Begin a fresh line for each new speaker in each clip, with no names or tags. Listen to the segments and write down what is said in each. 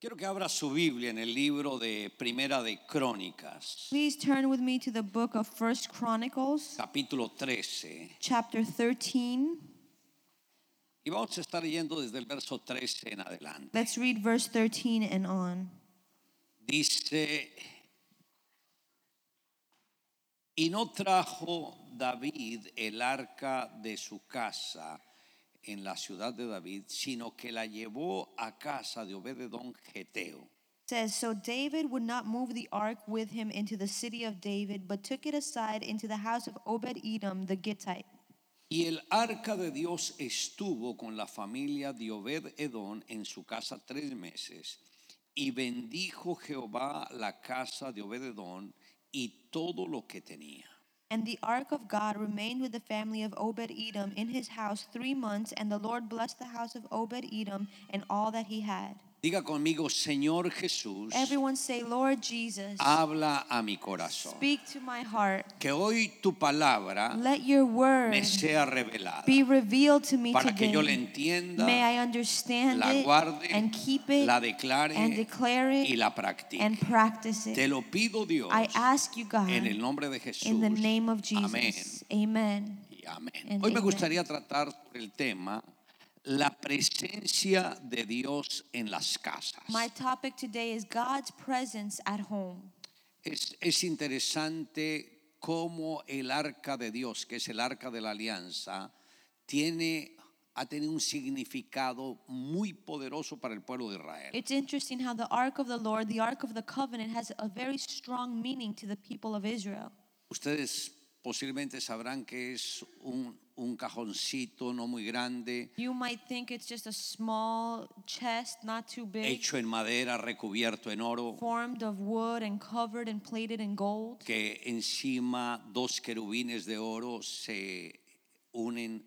Quiero que abra su Biblia en el libro de Primera de Crónicas,
Please turn with me to the book of First Chronicles,
capítulo 13.
chapter 13.
Y vamos a estar leyendo desde el verso 13 en adelante.
Let's read verse 13 and on.
Dice, y no trajo David el arca de su casa en la ciudad de David, sino que la llevó a casa de Obededón Geteo.
It says so David would not move the ark with him into the city of David, but took it aside into the house of Obed-Edom the Gittite.
Y el arca de Dios estuvo con la familia de Obed Edón en su casa tres meses. Y bendijo Jehová la casa de Obed Edón y todo lo que tenía.
And the ark of God remained with the family of Obed-Edom in his house 3 months, and the Lord blessed the house of Obed-Edom and all that he had.
Diga conmigo, Señor Jesús,
Everyone say, "Lord Jesus,
habla a mi corazón.
speak to my heart.
Que hoy tu palabra
Let your
me
word
sea revelada
be revealed to me
para que yo la
today. May
entienda,
I understand
la
it
guarde,
and keep it
la declare
and declare it
y la
and
practique.
practice
Te
it.
lo pido Dios
I ask you, God,
en el nombre de Jesús.
in the name of
Amén.
Jesus. Amen.
y amén.
And
Hoy me
amen.
gustaría tratar sobre el tema la presencia de Dios en las casas.
My topic today is God's presence at home.
Es, es interesante cómo el arca de Dios, que es el arca de la alianza, tiene, ha tenido un significado muy poderoso para el pueblo de Israel.
It's interesting how the ark of the Lord, the ark of the covenant, has a very strong meaning to the people of Israel.
Ustedes posiblemente sabrán que es un, un cajoncito no muy grande,
You might think it's just a small chest, not too big,
hecho en madera, recubierto en oro.
formed of wood and covered and plated in gold.
que encima dos querubines de oro se unen,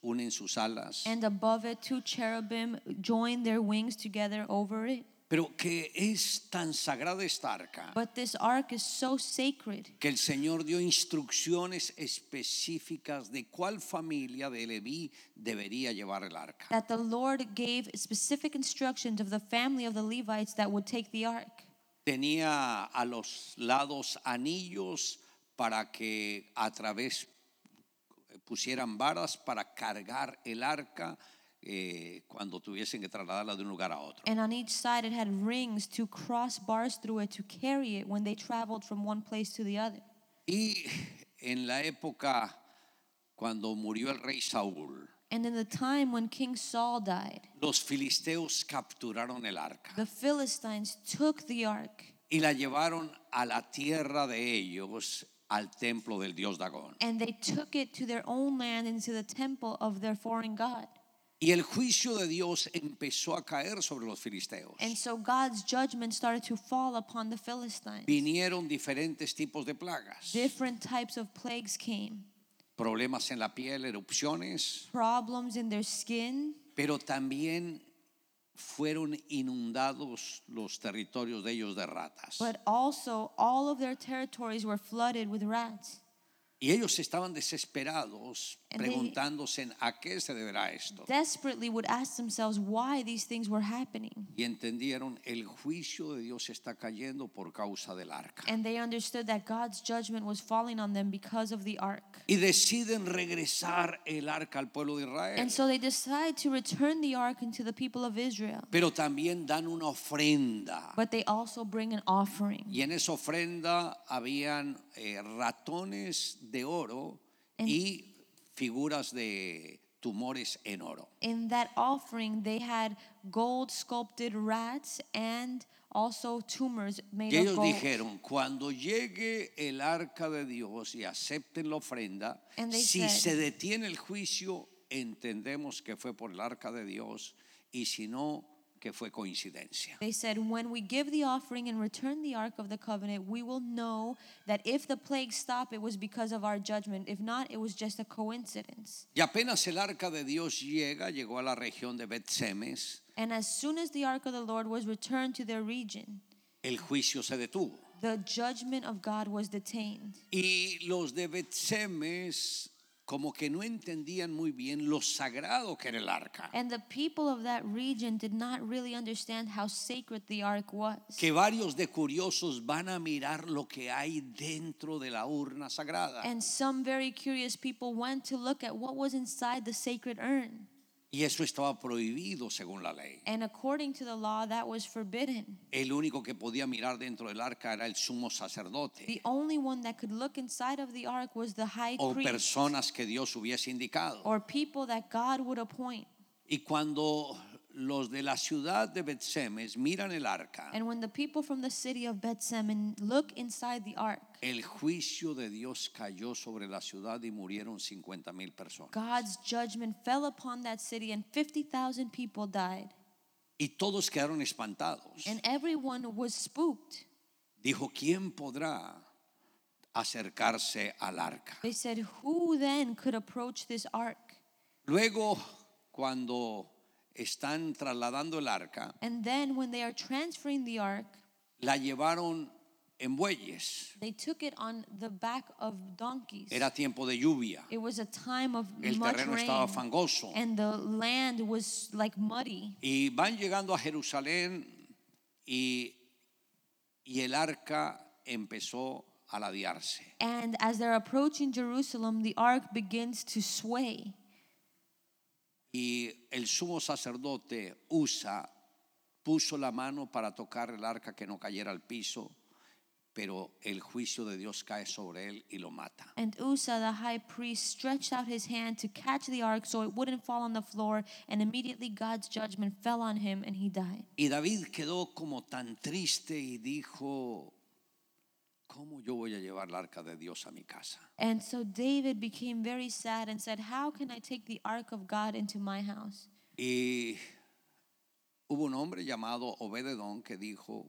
unen sus alas,
And above it, two cherubim join their wings together over it.
pero que es tan sagrada esta arca
But this ark is so sacred
que el Señor dio instrucciones específicas de cuál familia de Leví debería llevar el arca.
that the Lord gave specific instructions of the family of the Levites that would take the ark.
Tenía a los lados anillos para que a través pusieran varas para cargar el arca eh, cuando tuviesen que trasladarla de un lugar a otro.
And on each side, it had rings to cross bars through it to carry it when they traveled from one place to the other.
Y en la época cuando murió el rey Saúl,
And in the time when King Saul died,
los filisteos capturaron el arca
the Philistines took the ark
y la llevaron a la tierra de ellos, al templo del dios Dagón.
and they took it to their own land into the temple of their foreign God.
Y el juicio de Dios empezó a caer sobre los filisteos.
And so God's judgment started to fall upon the Philistines.
Vinieron diferentes tipos de plagas,
Different types of plagues came,
problemas en la piel, erupciones,
problems in their skin,
pero también fueron inundados los territorios de ellos de ratas.
but also all of their territories were flooded with rats.
Y ellos estaban desesperados
And they-
preguntándose a qué se deberá esto.
Desperately would ask themselves why these things were happening.
Y entendieron, el juicio de Dios está cayendo por causa del arca.
And they understood that God's judgment was falling on them because of the ark.
Y deciden regresar el arca al pueblo de Israel.
And so they decide to return the ark into the people of Israel.
Pero también dan una ofrenda.
But they also bring an offering.
Y en esa ofrenda habían eh, ratones de oro
And-
y figuras de tumores en oro.
In that offering, they had gold sculpted rats and also tumors made
Y
of
ellos
gold.
dijeron, cuando llegue el arca de Dios y acepten la ofrenda,
And they
si
said-
se detiene el juicio, entendemos que fue por el arca de Dios y si no, que fue coincidencia.
They said, When we give the offering and return the ark of the covenant, we will know that if the plague stopped, it was because of our judgment. If not, it was just a coincidence.
Y apenas el arca de Dios llega, llegó a la región de Betsemes,
And as soon as the ark of the Lord was returned to their region,
el juicio se detuvo.
the judgment of God was detained.
Y los de Betsemes como que no entendían muy bien lo sagrado que era el arca.
And the people of that region did not really understand how sacred the ark was.
Que varios de curiosos van a mirar lo que hay dentro de la urna sagrada.
And some very curious people went to look at what was inside the sacred urn.
Y eso estaba prohibido según la ley.
And according to the law, that was forbidden.
El único que podía mirar dentro del arca era el sumo sacerdote
The only one that could look inside of the ark was the high
o
priest
personas que Dios hubiese indicado.
or people that God would appoint.
Y cuando los de la ciudad de Betsemes miran el arca,
And when the people from the city of Bethsemen look inside the ark,
el juicio de Dios cayó sobre la ciudad y murieron 50 mil personas.
God's judgment fell upon that city, and 50,000 people died.
Y todos quedaron espantados.
And everyone was spooked.
Dijo, ¿quién podrá acercarse al arca?
They said, Who then could approach this ark?
Luego, cuando están trasladando el arca,
And then, when they are transferring the ark,
la llevaron en bueyes.
they took it on the back of donkeys.
Era tiempo de lluvia.
It was a time of
El
much
terreno
rain,
estaba fangoso.
and the land was like muddy.
Y van llegando a Jerusalén y, y el arca empezó a ladearse.
And as they're approaching Jerusalem, the ark begins to sway.
Y el sumo sacerdote Usa puso la mano para tocar el arca que no cayera al piso, pero el juicio de Dios cae sobre él y lo mata.
And Uzzah the high priest stretched out his hand to catch the ark so it wouldn't fall on the floor, and immediately God's judgment fell on him and he died.
Y David quedó como tan triste y dijo, ¿cómo yo voy a llevar el arca de Dios a mi casa?
And so David became very sad and said, How can I take the ark of God into my house?
Y hubo un hombre llamado Obededón que dijo,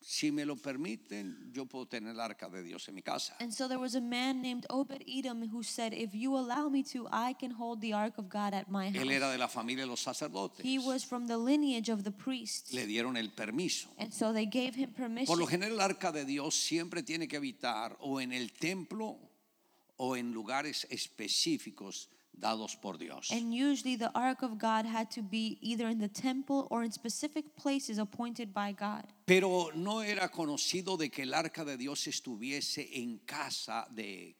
si me lo permiten, yo puedo tener el arca de Dios en mi casa.
And so there was a man named Obed Edom who said, If you allow me to, I can hold the ark of God at my
Él
house.
era de la familia de los sacerdotes.
He was from the lineage of the priests.
Le dieron el permiso.
And so they gave him
Por lo
permission.
general, el arca de Dios siempre tiene que habitar o en el templo o en lugares específicos dados por Dios.
And usually the ark of God had to be either in the temple or in specific places appointed by God.
Pero no era conocido de que el arca de Dios estuviese en casa de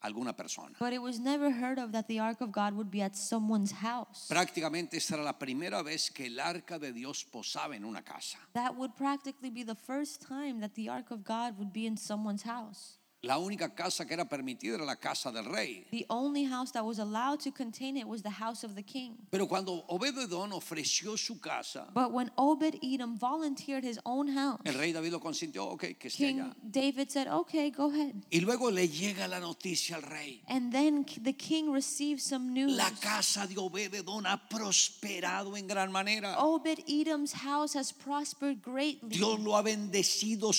alguna persona.
But it was never heard of that the ark of God would be at someone's house.
Prácticamente esta era la primera vez que el arca de Dios posaba en una casa.
That would practically be the first time that the ark of God would be in someone's house.
La única casa que era permitida era la casa del rey.
The only house that was allowed to contain it was the house of the king.
Pero cuando Obededón ofreció su casa,
But when Obed Edom volunteered his own house,
el rey David lo consintió, ok, que esté
King
allá.
David said, Okay, go ahead.
Y luego le llega la noticia al rey.
And then k- the king received some news.
La casa de Obededón ha prosperado en gran manera.
Obed Edom's house has prospered greatly.
Dios lo ha bendecido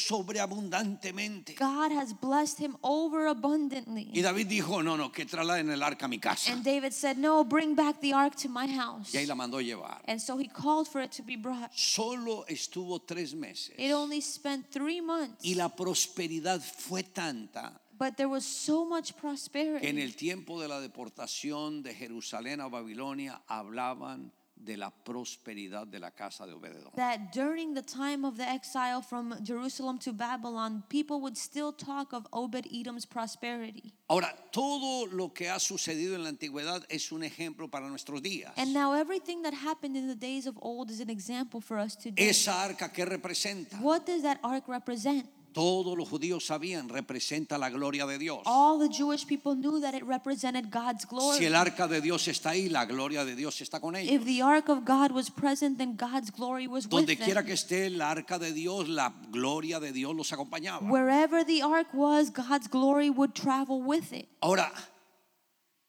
sobreabundantemente.
God has blessed him
Y
overabundantly.
David dijo, no, no, que trasladen el arca a mi casa.
And David said, No, bring back the ark to my house.
Y ahí la mandó llevar.
And so he called for it to be brought.
Solo estuvo tres meses.
It only spent three months.
Y la prosperidad fue tanta
But there was so much
que en
prosperity.
el tiempo de la deportación de Jerusalén a Babilonia hablaban de la prosperidad de la casa de Obededón.
That during the time of the exile from Jerusalem to Babylon, people would still talk of Obed Edom's prosperity.
Ahora, todo lo que ha sucedido en la antigüedad es un ejemplo para nuestros días.
And now everything that happened in the days of old is an example for us today.
Esa arca que representa,
What does that ark represent?
todos los judíos sabían, representa la gloria de Dios.
All the Jewish people knew that it represented God's
Si
glory.
el arca de Dios está ahí, la gloria de Dios está con ellos.
If the ark of God was present, then God's glory was with
Donde quiera
them.
que esté el arca de Dios, la gloria de Dios los acompañaba.
Wherever the ark was, God's glory would travel with it.
Ahora,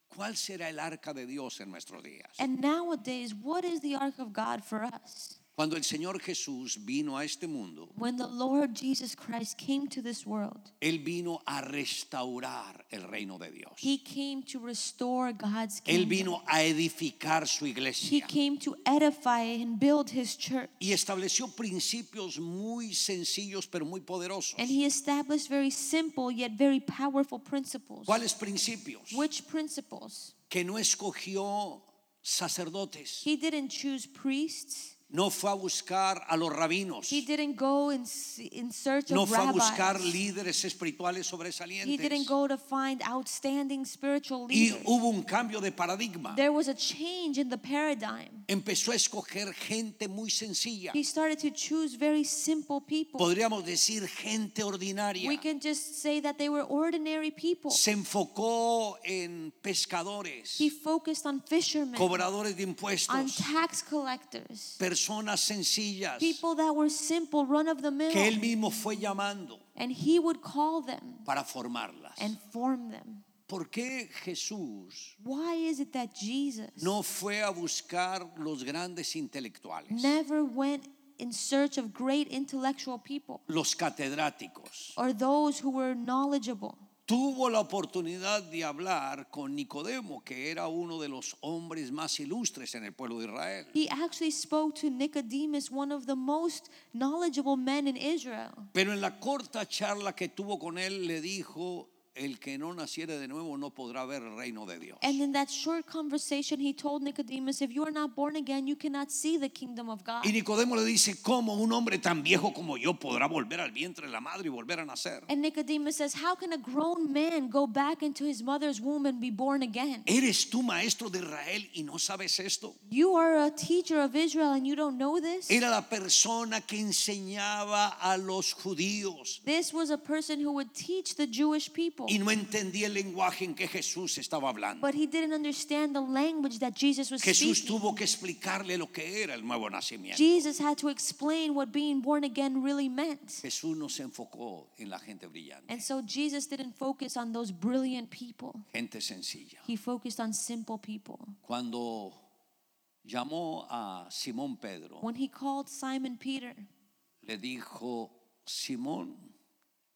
¿cuál será el arca de Dios en nuestros días?
And nowadays, what is the ark of God for us?
Cuando el Señor Jesús vino a este mundo,
When the Lord Jesus Christ came to this world,
Él vino a restaurar el reino de Dios.
he came to restore God's
Él
kingdom.
vino a edificar su
he
iglesia
came to edify and build his church.
y estableció principios muy sencillos pero muy poderosos.
And he established very simple yet very powerful principles.
¿Cuáles principios?
Which principles?
Que no escogió sacerdotes,
He didn't choose priests.
no fue a buscar a los rabinos,
He didn't go in, s- in search
no
of
fue a buscar
rabbis.
líderes espirituales
He didn't
sobresalientes.
go to find outstanding spiritual
Y
leaders.
hubo un cambio de paradigma.
There was a change in the paradigm.
Empezó a escoger gente muy sencilla.
He started to choose very simple people.
podríamos decir gente ordinaria.
We can just say that they were ordinary people.
Se enfocó en pescadores,
He focused on fishermen,
cobradores de
on
impuestos,
tax collectors,
personas sencillas
people that were simple, run of the
que él
mill.
mismo fue llamando
And he would call them
para formarlas.
and form them.
¿Por qué Jesús
Why is it that Jesus
no fue a buscar los grandes intelectuales,
never went in search of great intellectual people
los catedráticos?
or those who were knowledgeable?
Tuvo la oportunidad de hablar con Nicodemo, que era uno de los hombres más ilustres en el pueblo de Israel.
He actually spoke to Nicodemus, one of the most knowledgeable men in Israel.
Pero en la corta charla que tuvo con él le dijo, el que no naciere de nuevo no podrá ver el reino de Dios.
And in that short conversation, he told Nicodemus, If you are not born again, you cannot see the kingdom of God.
Y Nicodemo le dice, ¿cómo un hombre tan viejo como yo podrá volver al vientre de la madre y volver a nacer?
And Nicodemus says, How can a grown man go back into his mother's womb and be born again?
¿Eres tú maestro de Israel y no sabes esto?
You are a teacher of Israel and you don't know this?
Era la persona que enseñaba a los judíos
This was a person who would teach the Jewish people,
y no entendía el lenguaje en que Jesús estaba hablando.
but he didn't understand the language that Jesus was
Jesús
speaking.
tuvo que explicarle lo que era el nuevo nacimiento.
Jesus had to explain what being born again really meant.
Jesús no se enfocó en la gente brillante,
And so Jesus didn't focus on those brilliant people.
gente sencilla.
He focused on simple people.
cuando llamó a Simón Pedro,
When he called Simon Peter,
le dijo, Simón,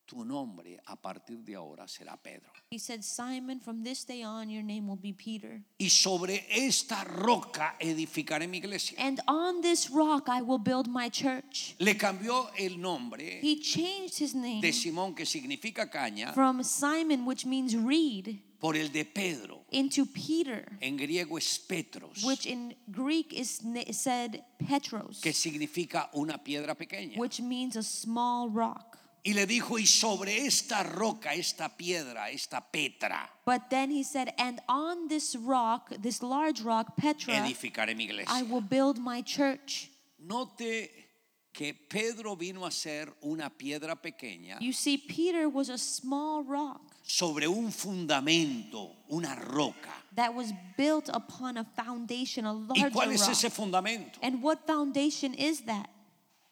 tu nombre a partir de ahora será Pedro.
he said, Simon, from this day on, your name will be Peter.
Y sobre esta roca edificaré mi iglesia.
And on this rock I will build my church.
Le cambió el nombre
He changed his name
de Simón, que significa caña,
from Simon, which means reed,
por el de Pedro.
into Peter,
En griego es Petros,
which in Greek is na- said Petros,
que significa una piedra pequeña.
which means a small rock.
Y le dijo, y sobre esta roca, esta piedra, esta Petra,
But then he said, And on this rock, this large rock, Petra,
edificaré mi iglesia.
I will build my church.
Note que Pedro vino a ser una piedra pequeña
You see, Peter was a small rock
sobre un fundamento, una roca.
that was built upon a foundation, a
¿Y
larger
cuál es ese
rock.
fundamento?
And what foundation is that?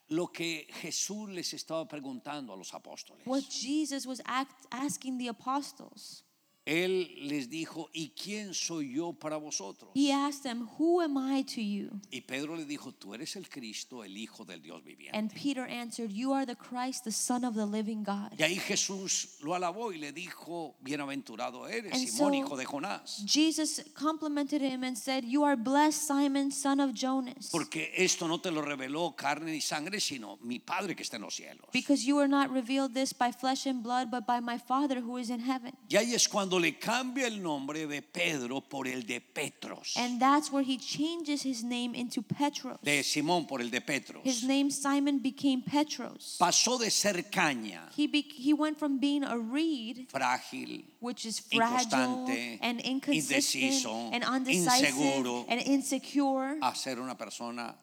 Lo que Jesús les estaba preguntando a los apóstoles.
What Jesus was act, asking the apostles.
Él les dijo, ¿y quién soy yo para vosotros?
He asked them, Who am I to you?
Y Pedro le dijo, tú eres el Cristo, el Hijo del Dios viviente.
And Peter answered, You are the Christ, the Son of the living God.
Y ahí Jesús lo alabó y le dijo, bienaventurado eres,
And
Simón,
so-
hijo de Jonás,
Jesus complimented him and said, You are blessed, Simon, son of Jonas,
porque esto no te lo reveló carne ni sangre, sino mi Padre que está en los cielos.
because you were not revealed this by flesh and blood, but by my Father who is in heaven.
Y ahí es cuando le cambia el nombre de Pedro por el de Petros.
And that's where he changes his name into Petros.
De Simón por el de Petros.
His name Simon became Petros.
Pasó de ser caña,
He, be- he went from being a reed
frágil,
which is fragile
Inconstante,
and inconsistent
indeciso,
and undecisive
inseguro. ah,
and insecure
a ser una persona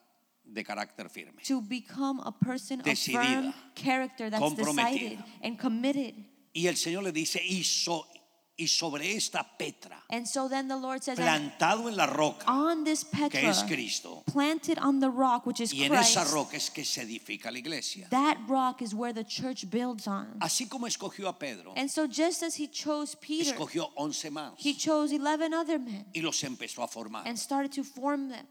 de carácter firme.
to become a person of
Decidida,
firm character that's decided
comprometida.
and committed.
Y el Señor le dice, y, so- y sobre esta Petra,
And so then the Lord says, "And
plantado en la roca,
on this
que
Petra,
es Cristo,
planted on the rock, which is
y en
Christ,
esa roca es que se edifica la iglesia.
that rock is where the church builds on.
Así como escogió a Pedro,
And so just as he chose Peter,
escogió once más
he chose 11 other men
y los empezó a formar.
and started to form them.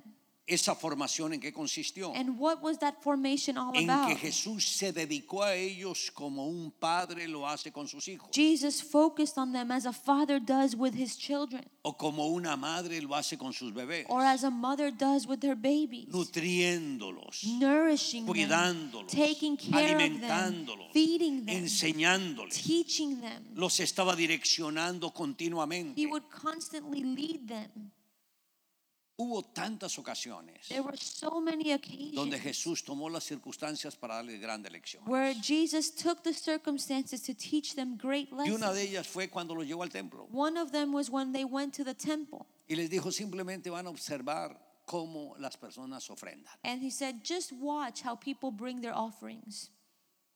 Esa formación en qué consistió?
And what was that formation all
En que
about?
Jesús se dedicó a ellos como un padre lo hace con sus hijos
Jesus focused on them as a father does with his children,
o como una madre lo hace con sus bebés,
or as a mother does with her babies,
nutriéndolos,
nourishing them,
cuidándolos,
taking care of them,
alimentándolos,
feeding them,
enseñándoles.
teaching them.
Los estaba direccionando
He
continuamente.
would constantly lead them.
Hubo tantas ocasiones
There were so many
donde
occasions
Jesús tomó las circunstancias para darles grandes lecciones.
where Jesus took the circumstances to teach them great
Y una de
lessons.
ellas fue cuando los llevó al templo
One of them was when they went to the temple.
y les dijo simplemente van a observar cómo las personas ofrendan.
And he said, Just watch how people bring their offerings.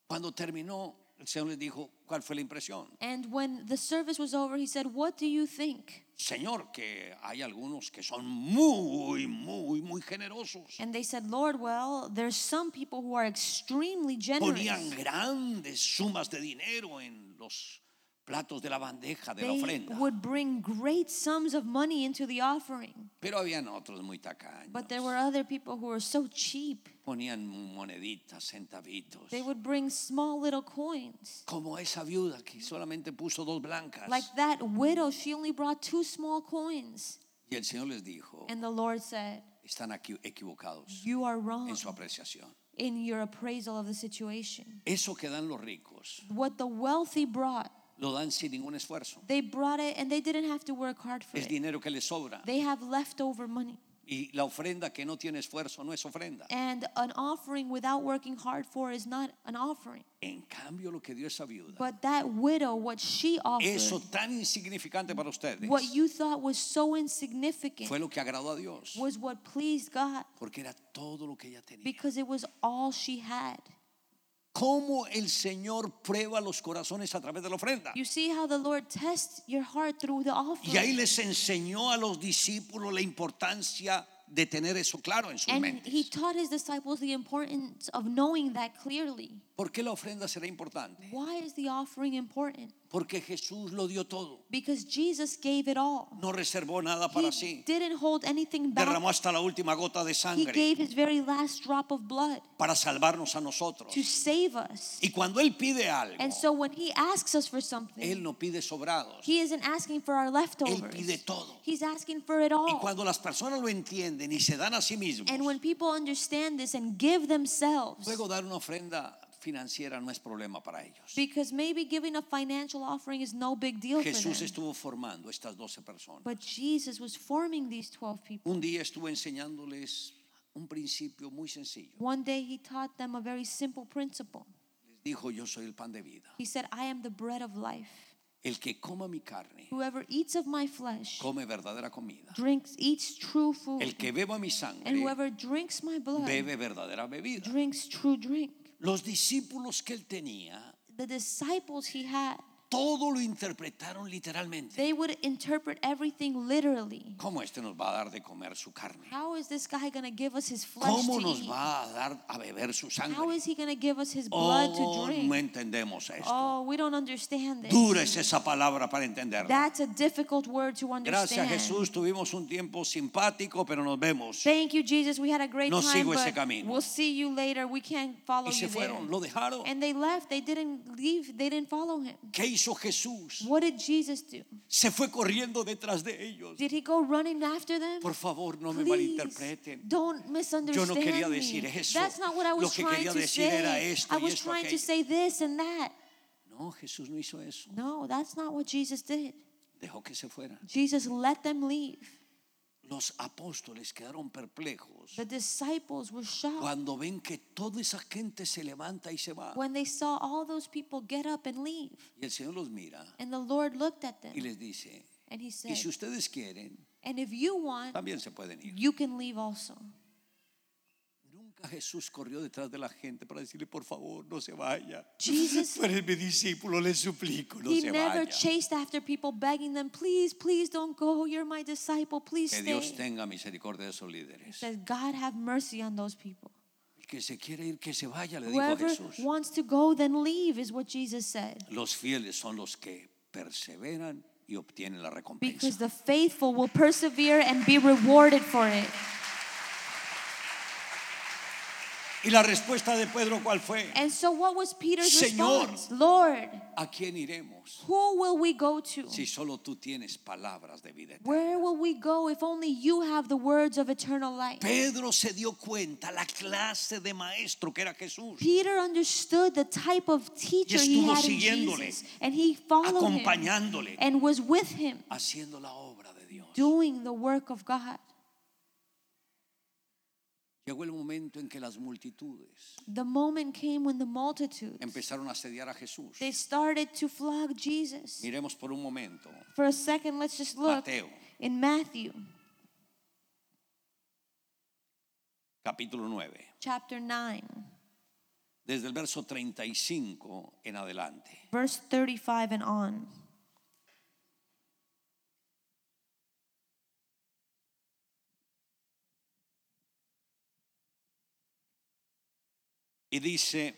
Cuando terminó, el Señor les dijo, ¿cuál fue la impresión?
And when the service was over, he said, What do you think?
Señor, que hay algunos que son muy, muy, muy generosos.
And they said, Lord, well, there's some people who are extremely
Ponían
generous.
grandes sumas de dinero en los platos de la bandeja de la
They
ofrenda.
would bring great sums of money into the offering.
Pero habían otros muy tacaños.
But there were other people who were so cheap.
Ponían moneditas, centavitos.
They would bring small little coins.
Como esa viuda que solamente puso dos blancas.
Like that widow, she only brought two small coins.
y el Señor les dijo,
And the Lord said,
están aquí equivocados
You are wrong
en su apreciación.
in your appraisal of the situation.
Eso que dan los ricos,
What the wealthy brought,
lo dan sin ningún esfuerzo.
they brought it and they didn't have to work hard for
Es
it.
dinero que les sobra.
They have leftover money.
Y la ofrenda que no tiene esfuerzo no es ofrenda.
And an offering without working hard for is not an offering.
En cambio, lo que dio esa viuda,
But that widow, what she
eso
offered,
tan insignificante para ustedes,
what you thought was so insignificant,
fue lo que agradó a Dios.
was what pleased God
Porque era todo lo que ella tenía.
because it was all she had.
¿Cómo el Señor prueba los corazones a través de la ofrenda?
You see how the Lord tests your heart through the
Y ahí
offering.
les enseñó a los discípulos la importancia de tener eso claro en sus
And he
mentes.
taught his disciples the importance of knowing that clearly.
¿Por qué la ofrenda será importante?
Why is the offering important?
Porque Jesús lo dio todo.
Because Jesus gave it all.
No reservó nada Ah, para
He
sí.
didn't hold anything back.
Derramó hasta la última gota de
He
sangre
gave his very last drop of blood
para salvarnos a nosotros.
to save us.
Y cuando Él pide algo,
And so when he asks us for
Él
something,
no pide sobrados.
he isn't asking for our
Él pide
leftovers.
todo.
He's asking for it
Y
all.
cuando las personas lo entienden y se dan a sí mismos,
And when people understand this and give themselves,
luego dar una ofrenda financiera no es problema para ellos.
because maybe giving a financial offering is no big deal for
Jesús
them.
estuvo formando estas 12 personas.
But Jesus was forming these 12 people.
Un día estuvo enseñándoles un principio muy sencillo.
One day he taught them a very simple principle.
Les dijo, yo soy el pan de vida.
He said, I am the bread of life.
El que coma mi carne,
Whoever eats of my flesh
come verdadera comida.
drinks, eats true food.
El que beba mi
And
sangre,
whoever drinks my blood
bebe verdadera bebida.
drinks true drink.
Los discípulos que él tenía,
The disciples he had,
todo lo interpretaron literalmente.
they would interpret everything literally.
¿Cómo este nos va a dar de comer su carne?
How is this guy going to give us his flesh
¿Cómo
to
nos
eat?
va a dar a beber su
How
sangre?
is he going to give us his blood
Oh,
to drink?
no entendemos esto.
Oh, we don't understand this.
Dura es esa palabra para entenderla.
That's a difficult word to
Gracias
understand.
Jesús, tuvimos un tiempo simpático, pero nos vemos.
Thank you, Jesus. We had a great
No
time,
sigo ese
but
camino.
we'll see you later. We can't follow
Y se
you there.
fueron, lo dejaron.
And they left. They didn't leave. They didn't follow him.
¿Qué hizo Jesús?
What did Jesus do?
Se fue corriendo detrás de ellos.
Did he go running after them?
Por favor, no me
Please,
malinterpreten.
don't misunderstand
quería
me.
decir eso.
That's not what I
Lo
was
que
trying
quería
to
decir
say.
era esto
I
y
was
esto,
trying to
aquello.
say this and that.
No, Jesús no hizo eso.
No, that's not what Jesus did.
Dejó que se fueran.
Jesus let them leave.
Los apóstoles quedaron perplejos
The disciples were shocked
cuando ven que toda esa gente se levanta y se va.
when they saw all those people get up and leave.
Y el Señor los mira
And the Lord looked at
y
them
les dice,
and he said,
y si ustedes quieren,
And if you want,
también se pueden ir.
you can leave also.
Nunca Jesús corrió detrás de la gente para decirle, por favor, no se vaya.
Jesus,
Tú eres mi discípulo, le suplico, no
he
se vaya.
never chased after people begging them, Please, please don't go. You're my disciple. Please
Que
stay.
Dios tenga misericordia de esos líderes.
Says, God have mercy on those people.
El que se quiere ir, que se vaya, le dijo
Whoever
Jesús.
wants to go, then leave, is what Jesus said.
Los fieles son los que perseveran y obtienen la recompensa.
Because the faithful will persevere and be rewarded for it.
Y la respuesta de Pedro, ¿cuál fue?
And so what was Peter's
Señor.
response? Lord,
¿A quién iremos
who will we go to?
si solo tú tienes palabras de vida eterna?
Where will we go if only you have the words of eternal life?
Pedro se dio cuenta la clase de maestro que era Jesús.
Peter understood the type of teacher he
estuvo
had in
siguiéndole,
Jesus, and he followed him
acompañándole,
and was with him,
haciendo la obra de Dios.
doing the work of God.
Llegó el momento en que las multitudes
The moment came when the multitude
empezaron a asediar a Jesús.
they started to flog Jesus.
Miremos por un momento.
For a second, let's just look
Mateo.
in Matthew
Capítulo 9,
chapter 9,
desde el verso 35 en adelante.
verse 35 and on.
Y dice,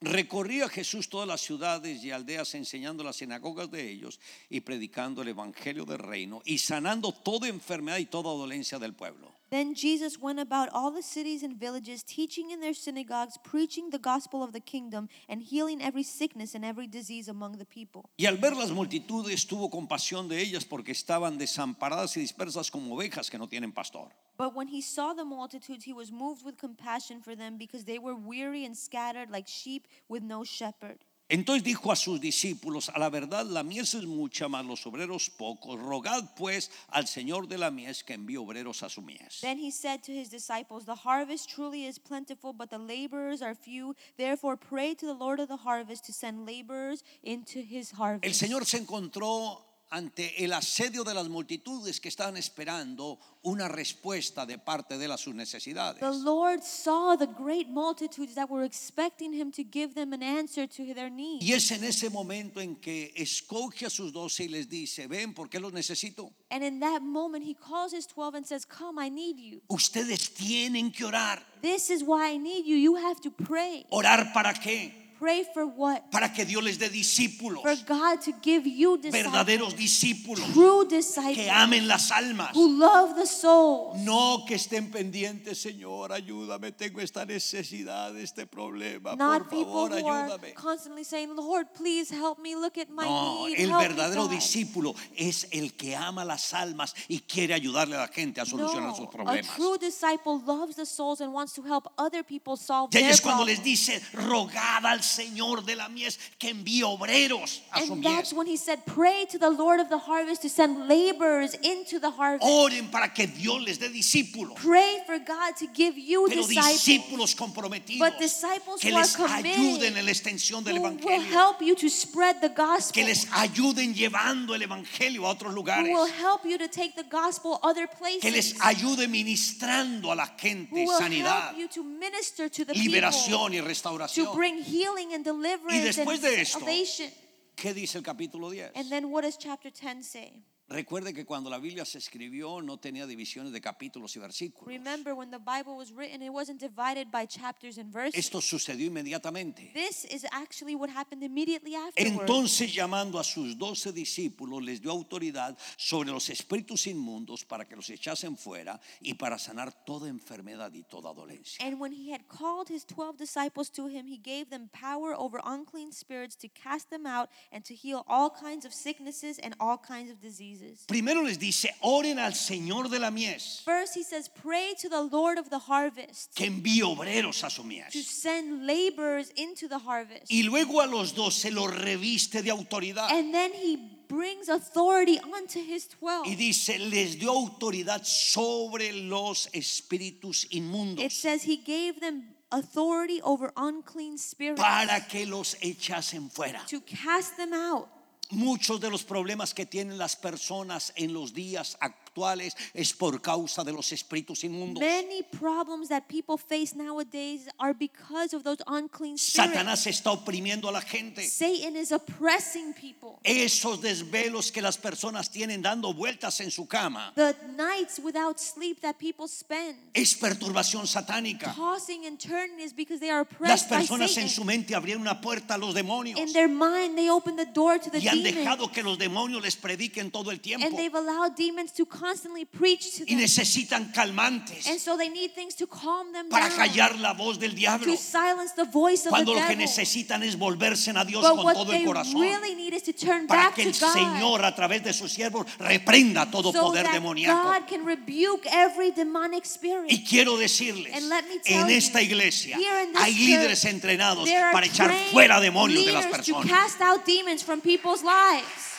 recorría Jesús todas las ciudades y aldeas enseñando las sinagogas de ellos y predicando el Evangelio del reino y sanando toda enfermedad y toda dolencia del pueblo.
Then Jesus went about all the cities and villages, teaching in their synagogues, preaching the gospel of the kingdom, and healing every sickness and every disease among the people.
Y al ver las multitudes tuvo compasión de ellas porque estaban desamparadas y dispersas como ovejas que no tienen pastor.
But when he saw the multitudes, he was moved with compassion for them, because they were weary and scattered like sheep with no shepherd.
Entonces dijo a sus discípulos, a la verdad la mies es mucha, mas los obreros pocos. Rogad pues al Señor de la mies que envíe obreros a su mies.
Then he said to his disciples, The harvest truly is plentiful, but the laborers are few. Therefore, pray to the Lord of the harvest to send laborers into his harvest.
El Señor se encontró ante el asedio de las multitudes que estaban esperando una respuesta de parte de él a sus necesidades.
The Lord saw the great multitudes that were expecting him to give them an answer to their needs.
Y es en ese momento en que escoge a sus doce y les dice, ven, porque los necesito.
And in that moment, he calls his 12 and says, Come, I need you.
Ustedes tienen que orar.
This is why I need you. You have to pray.
¿Orar para qué?
Pray for what?
Para que Dios les dé discípulos,
For God to give you
verdaderos
disciples,
discípulos,
true
que
disciples
amen las almas.
who love the soul.
No que estén pendientes, Señor, ayúdame, tengo esta necesidad, este problema, por
Not people
favor,
who are
ayúdame.
constantly saying, Lord, please help me. Look at my
No,
need.
el
help me,
verdadero
God."
discípulo es el que ama las almas y quiere ayudarle a la gente a solucionar sus
No, a
problemas.
true disciple loves the souls and wants to help other people solve
Y ahí
their
es cuando
problems.
les dice, rogad al Señor de la mies que envíe obreros a su
And that's
mies.
when he said, Pray to the Lord of the harvest to send laborers into the harvest.
Oren para que Dios les dé discípulos,
Pray for God to give you
pero
disciples
discípulos comprometidos
But disciples
que
who are
les ayuden
committed,
en la extensión del
who will
Evangelio,
help you to spread the gospel,
que les ayuden llevando el Evangelio a otros
who
lugares,
will help you to take the gospel other
que
places,
les ayude ministrando a la
who
gente
will
sanidad,
help you to minister to the people,
liberación y
to
restauración.
bring healing and deliverance
después
and
de esto,
salvation.
¿Qué dice el capítulo 10?
And then what does chapter 10 say?
Recuerde que cuando la Biblia se escribió no tenía divisiones de capítulos y versículos.
Remember when the Bible was written, it wasn't divided by chapters and verses.
Esto sucedió inmediatamente.
This is actually what happened immediately afterwards.
Entonces llamando a sus doce discípulos les dio autoridad sobre los espíritus inmundos para que los echasen fuera y para sanar toda enfermedad y toda dolencia.
And when he had called his twelve disciples to him, he gave them power over unclean spirits to cast them out and to heal all kinds of sicknesses and all kinds of diseases.
Primero les dice, oren al Señor de la mies,
First, he says, Pray to the Lord of the harvest
que envíe obreros a su
to
mies.
send laborers into the harvest.
Y luego a los doce los reviste de autoridad.
And then he brings authority unto his twelve.
Y dice, les dio autoridad sobre los espíritus
It
inmundos
says he gave them authority over unclean spirits
para que los echasen fuera.
to cast them out.
Muchos de los problemas que tienen las personas en los días actuales es por causa de los espíritus inmundos.
Many problems that people face nowadays are because of those unclean spirits.
Satanás está oprimiendo a la gente.
Satan is oppressing people.
Esos desvelos que las personas tienen dando vueltas en su cama
The nights without sleep that people spend,
es perturbación satánica.
tossing and turning, is because they are
Las
oppressed by
personas en su
Satan.
mente abrieron una puerta a los demonios
In their mind, they open the door to the
y han
demons,
dejado que los demonios les prediquen todo el tiempo.
and they've allowed demons to constantly preach to
y
them.
necesitan
And
calmantes
so they need things to calm them
para
down,
callar la voz del diablo.
to silence the voice of the
Cuando lo que
devil.
necesitan es volverse a Dios
But
con
what
todo el
they
corazón.
really need is to turn
Para
back
que
to
el
God.
Señor a través de sus siervos reprenda todo
so
poder
that
demoníaco.
God can rebuke every demonic spirit.
Y quiero decirles,
And let me tell
en
you,
esta iglesia
here in this
hay
church,
líderes entrenados
There are
para echar
trained
fuera demonios de las
leaders to
personas.
cast out demons from people's lives.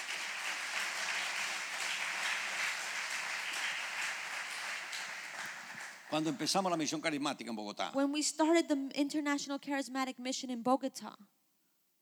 Cuando empezamos la misión carismática en Bogotá,
When we started the International Charismatic Mission in Bogota,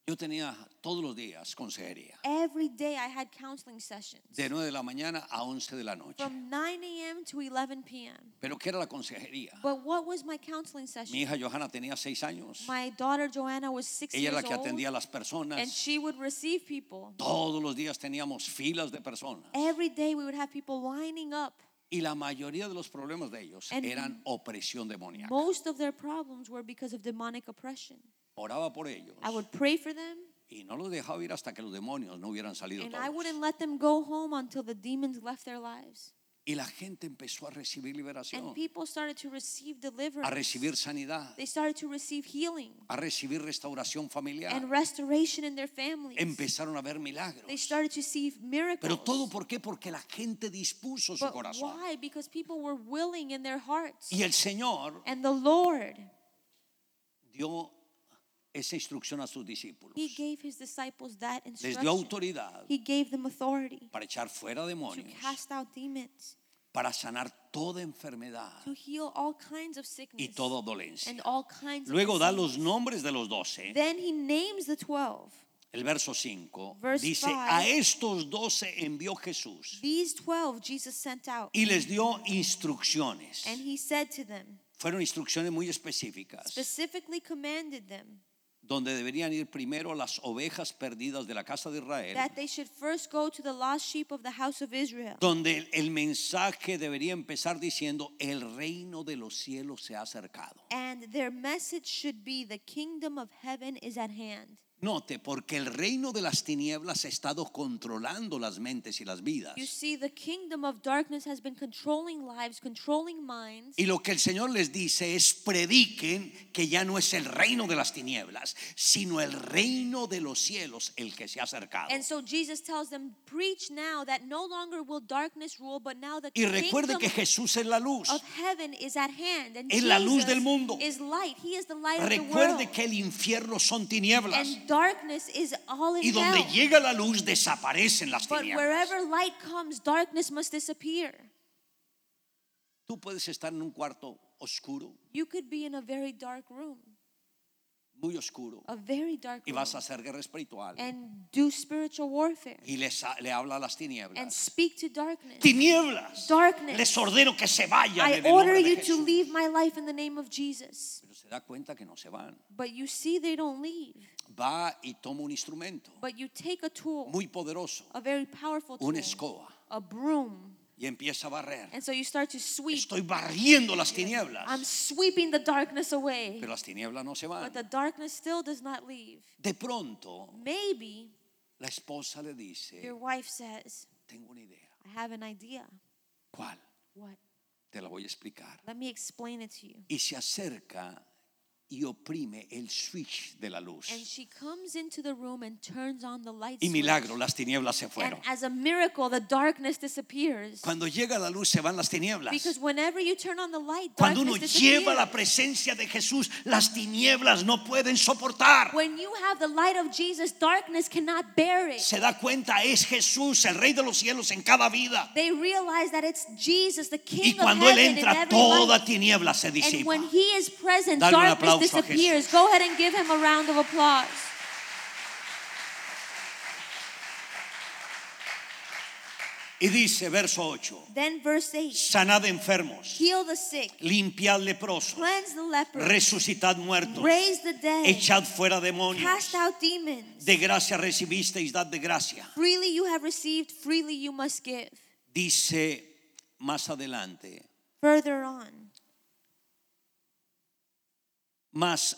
yo tenía todos los días consejería,
every day I had counseling sessions
de 9 de la mañana a 11 de la noche.
from 9 a.m. to 11 p.m.
Pero ¿qué era la consejería?
But what was my counseling session?
Mi hija Johanna tenía 6 años.
My daughter Joanna was six
Ella
years
era la que
old,
atendía a las
and
personas.
she would receive people.
Todos los días teníamos filas de personas.
Every day we would have people lining up.
Y la mayoría de los problemas de ellos
And-
eran opresión demoníaca.
Most of their problems were because of demonic oppression.
Oraba por ellos
I would pray for them,
y no los dejaba ir hasta que los demonios no hubieran salido
and I
todos.
wouldn't let them go home until the demons left their lives.
Y la gente empezó a recibir liberación,
And people started to receive deliverance.
oh. a recibir sanidad,
They started to receive healing
a recibir restauración familiar.
and restoration in their families.
Empezaron a ver
They
milagros.
started to see miracles.
Pero todo por qué? Porque la gente dispuso su
but
corazón.
why? Because people were willing in their hearts.
Y el Señor
And the Lord,
dio esa instrucción a sus discípulos.
He gave His disciples that
Les
instruction.
dio autoridad
He gave them authority
para echar fuera
to
demonios,
cast out demons,
para sanar toda enfermedad
to heal all kinds of
Ah. y
sickness
toda dolencia.
and all kinds
Luego
of
da
disease.
los nombres de los doce.
Then He names the twelve.
El verso 5
Verse
dice,
five.
a estos doce envió Jesús
These twelve Jesus sent out,
y les dio instrucciones.
and He said to them,
Fueron instrucciones muy específicas,
specifically commanded them
donde deberían ir primero las ovejas perdidas de la casa de Israel,
that they should first go to the lost sheep of the house of Israel.
donde el- el mensaje debería empezar diciendo, el reino de los cielos se ha acercado.
And their message should be the kingdom of heaven is at hand.
Note, porque el reino de las tinieblas ha estado controlando las mentes y las vidas.
You see, the kingdom of darkness has been controlling lives, controlling minds.
Y lo que el Señor les dice es prediquen que ya no es el reino de las tinieblas, sino el reino de los cielos el que se ha acercado.
And so Jesus tells them, preach now that no longer will darkness rule, but now the
Y recuerde
kingdom
que Jesús es la luz.
of heaven is at hand. And
Es
Jesus
la luz del mundo.
is light. He is the light of the world.
Recuerde que el infierno son tinieblas
and darkness is all in
y donde
hell.
llega la luz desaparecen las
But
tinieblas.
wherever light comes, darkness must disappear.
Tú puedes estar en un cuarto oscuro,
You could be in a very dark room,
muy oscuro,
a very dark
y
room,
vas a hacer guerra espiritual
and do spiritual warfare
y les ha- le habla a las
and
tinieblas.
speak to darkness.
Tinieblas.
Darkness.
Les ordeno que se vayan
I
en el
order
nombre
you
de
to
Jesús.
leave my life in the name of Jesus.
Pero se da cuenta que no se van.
But you see, they don't leave.
va y toma un instrumento
But you take a tool,
muy poderoso,
a very powerful
una
tool,
escoba,
a broom,
y empieza a barrer.
and so you start to sweep.
Estoy barriendo las
I'm
tinieblas,
sweeping the darkness away,
pero las tinieblas no se
but
van.
the darkness still does not leave.
De pronto,
Maybe
la esposa le
your
dice,
wife says,
tengo una idea.
I have an idea.
¿Cuál?
What?
Te la voy a explicar.
Let me explain it to you.
Y se acerca y oprime el switch de la
And
luz.
she comes into the room and turns on the lights.
Y milagro, las tinieblas se
And
fueron.
as a miracle, the darkness disappears.
Cuando llega la luz se van las tinieblas.
Because whenever you turn on the light,
Cuando uno
darkness
lleva la
disappears.
presencia de Jesús, las tinieblas no pueden soportar.
When you have the light of Jesus, darkness cannot bear it.
se da cuenta es Jesús, el Rey de los cielos en cada vida.
They realize that it's Jesus, the
Y
King of
cuando Él
heaven in
entra,
every
toda
life.
tiniebla se
And
disipa.
when He is present,
Dale un
darkness
aplauso a
disappears. Go ahead and give Him a round of applause.
Y dice, verso 8,
Then verse 8
sanad enfermos,
Heal the sick,
limpiad leprosos,
cleanse the leper,
resucitad muertos,
raise the dead,
echad fuera demonios.
cast out demons.
De gracia recibisteis, dad de gracia.
Freely you have received, freely you must give.
Dice más adelante,
Further on,
más,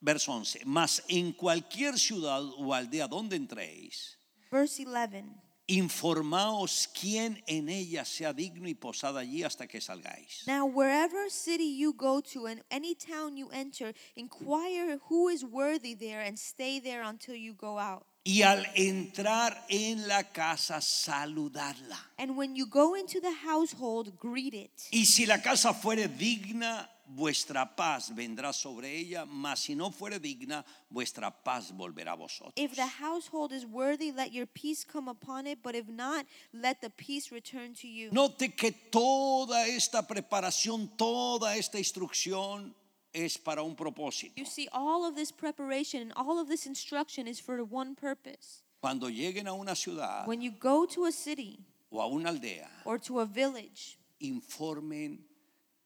verso 11, más en cualquier ciudad o aldea donde entréis
verse 11.
Informaos quién en ella sea digno y posad allí hasta que salgáis.
Now, wherever city you go to and any town you enter, inquire who is worthy there and stay there until you go out.
Y al entrar en la casa, saludadla.
And when you go into the household, greet it.
Y si la casa fuere digna, vuestra paz vendrá sobre ella, mas si no fuere digna, vuestra paz volverá a vosotros.
If the household is worthy, let your peace come upon it, but if not, let the peace return to you.
Note que toda esta preparación, toda esta instrucción es para un propósito.
You see, all of this preparation and all of this instruction is for one purpose.
Cuando lleguen a una ciudad
When you go to a city
o a una aldea,
or to a village,
informen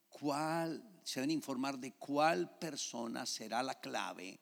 cuál, se deben informar de cuál persona será la clave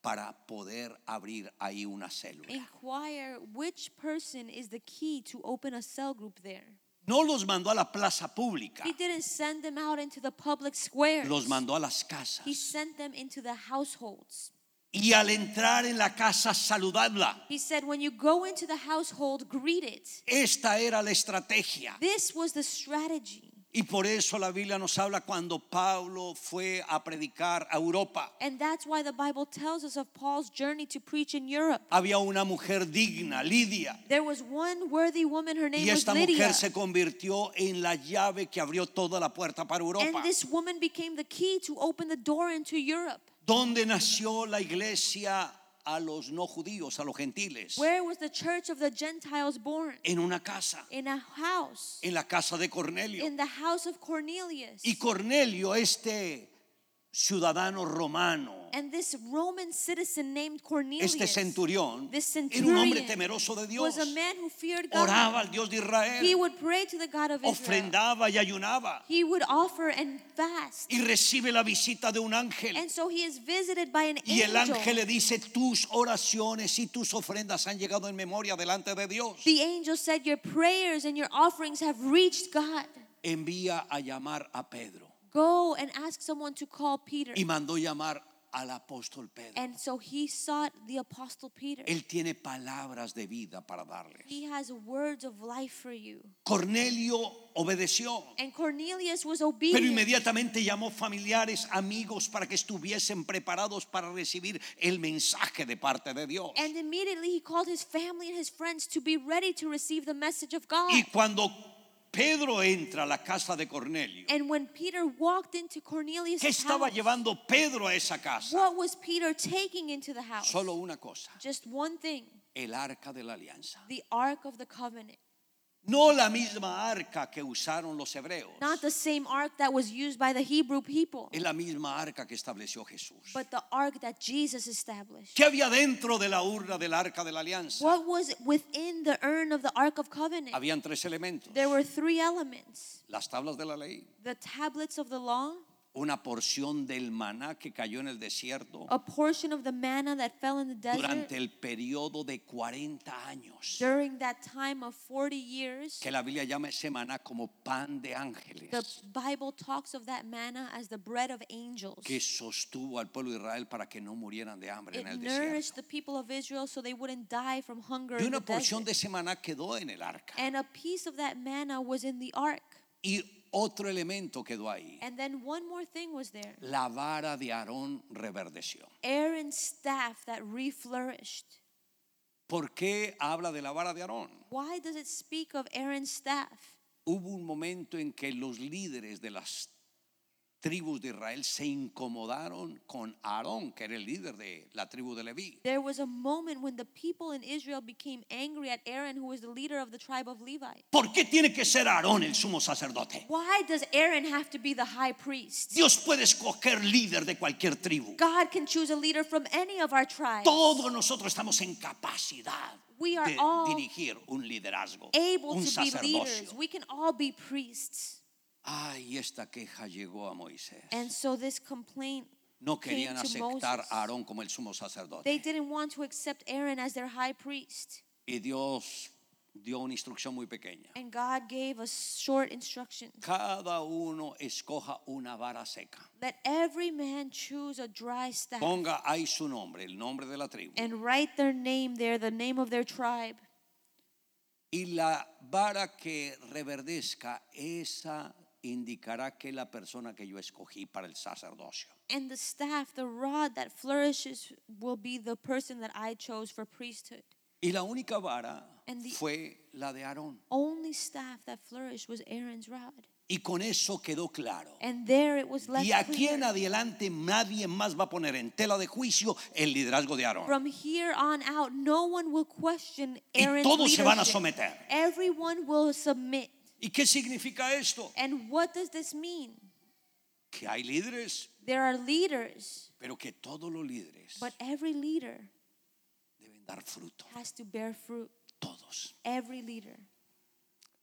para poder abrir ahí una célula.
inquire which person is the key to open a cell group there.
No los mandó a la plaza pública,
He didn't send them out into the public squares.
los mandó a las
He
casas.
sent them into the households.
Y al entrar en la casa, saludadla.
He said, when you go into the household, greet it.
Esta era la estrategia.
This was the strategy.
Y por eso la Biblia nos habla cuando Pablo fue a predicar a Europa.
And that's why the Bible tells us of Paul's journey to preach in Europe.
Había una mujer digna, Lidia.
There was one worthy woman, her name
Y
was
esta mujer
Lydia.
se convirtió en la llave que abrió toda la puerta para Europa.
And this woman became the key to open the door into Europe.
Donde nació la iglesia a los no judíos, a los gentiles?
Where was the church of the Gentiles born?
En una casa,
In a house.
en la casa de Cornelio.
In the house of Cornelius.
Y Cornelio, este ciudadano romano,
And this Roman citizen named Cornelius
este centurión,
this
era un hombre
centurion
temeroso de Dios.
was a man who feared God.
Oraba al Dios de Israel.
He would pray to the God of Israel.
ofrendaba y ayunaba
He would offer and fast.
y recibe la visita de un ángel.
And so he is visited by an
Y el
angel.
ángel le dice, tus oraciones y tus ofrendas han llegado en memoria delante de Dios.
The angel said, Your prayers and your offerings have reached God.
Envía a llamar a Pedro.
Go and ask someone to call Peter.
Y mandó llamar al apóstol Pedro.
And so he sought the apostle Peter.
Él tiene palabras de vida para darles.
He has words of life for you.
Cornelio obedeció,
And Cornelius was
pero
obedient.
inmediatamente llamó familiares, amigos, para que estuviesen preparados para recibir el mensaje de parte de Dios.
And immediately he called his family and his friends to be ready to receive the message of God.
Y cuando Pedro entra a la casa de Cornelio,
And when Peter walked into Cornelius'
¿Qué estaba
house,
llevando Pedro a esa casa?
what was Peter taking into the house?
Solo una cosa,
Just one thing
el arca de la alianza.
the Ark of the Covenant.
No la misma arca que usaron los hebreos,
Not the same ark that was used by the Hebrew people,
es la misma arca que estableció Jesús.
but the ark that Jesus established.
¿Qué había dentro de la urna del arca de la alianza?
What was within the urn of the Ark of Covenant?
Habían tres elementos.
There were three elements
Las tablas de la ley,
the tablets of the law,
una porción del maná que cayó en el desierto
a portion of the manna that fell in the desert
durante el periodo de 40 años,
during that time of 40 years.
que la Biblia llama ese maná como pan de
The
ángeles,
Bible talks of that manna as the bread of angels.
que sostuvo al pueblo de Israel para que no murieran de hambre
It
en el desierto.
nourished the people of Israel so they wouldn't die from hunger.
Y
In the
una porción de
desert.
ese maná quedó en el arca.
And a piece of that manna was in the ark.
Y otro elemento quedó ahí.
And then one more thing was there
La vara de Aarón reverdeció.
Aaron's staff that reflourished.
¿Por qué habla de la vara de Aarón?
Why does it speak of Aaron's staff?
Hubo un momento en que los líderes de las tribus de Israel se incomodaron con Aarón, que era el líder de la tribu de Leví.
There was a moment when the people in Israel became angry at Aaron, who was the leader of the tribe of Levi.
¿Por qué tiene que ser Aarón el sumo sacerdote?
Why does Aaron have to be the high priest?
Dios puede escoger líder de cualquier tribu.
God can choose a leader from any of our tribes.
Todos nosotros estamos en capacidad
We are
de
all
dirigir un liderazgo,
able
un
to be leaders.
sacerdocio.
We can all be priests.
Ay, esta queja llegó a Moisés.
And so this complaint
No
came
querían
to
aceptar
Moses.
a Aarón como el sumo
They
sacerdote.
didn't want to accept Aaron as their high priest.
Y Dios dio una instrucción muy pequeña.
And God gave us short instructions.
Cada uno escoja una vara seca.
Let every man choose a dry staff
Ponga ahí su nombre, el nombre de la tribu.
and write their name there, the name of their tribe.
Y la vara que reverdezca, esa indicará que es la persona que yo escogí para el sacerdocio.
And the staff, the rod that flourishes, will be the person that I chose for priesthood.
Y la única vara
And the-
fue la de Aarón.
Only staff that flourished was Aaron's rod.
Y con eso quedó claro.
And there it was left
Y aquí
clear.
en adelante nadie más va a poner en tela de juicio el liderazgo de Aarón.
From here on out, no one will question
Y
Aaron's
todos se van a
leadership.
someter.
Everyone will submit.
¿Y qué significa esto?
And what does this mean?
Que hay líderes,
There are leaders,
pero que todos los líderes
but every leader
deben dar fruto.
has to bear fruit.
Todos.
Every leader.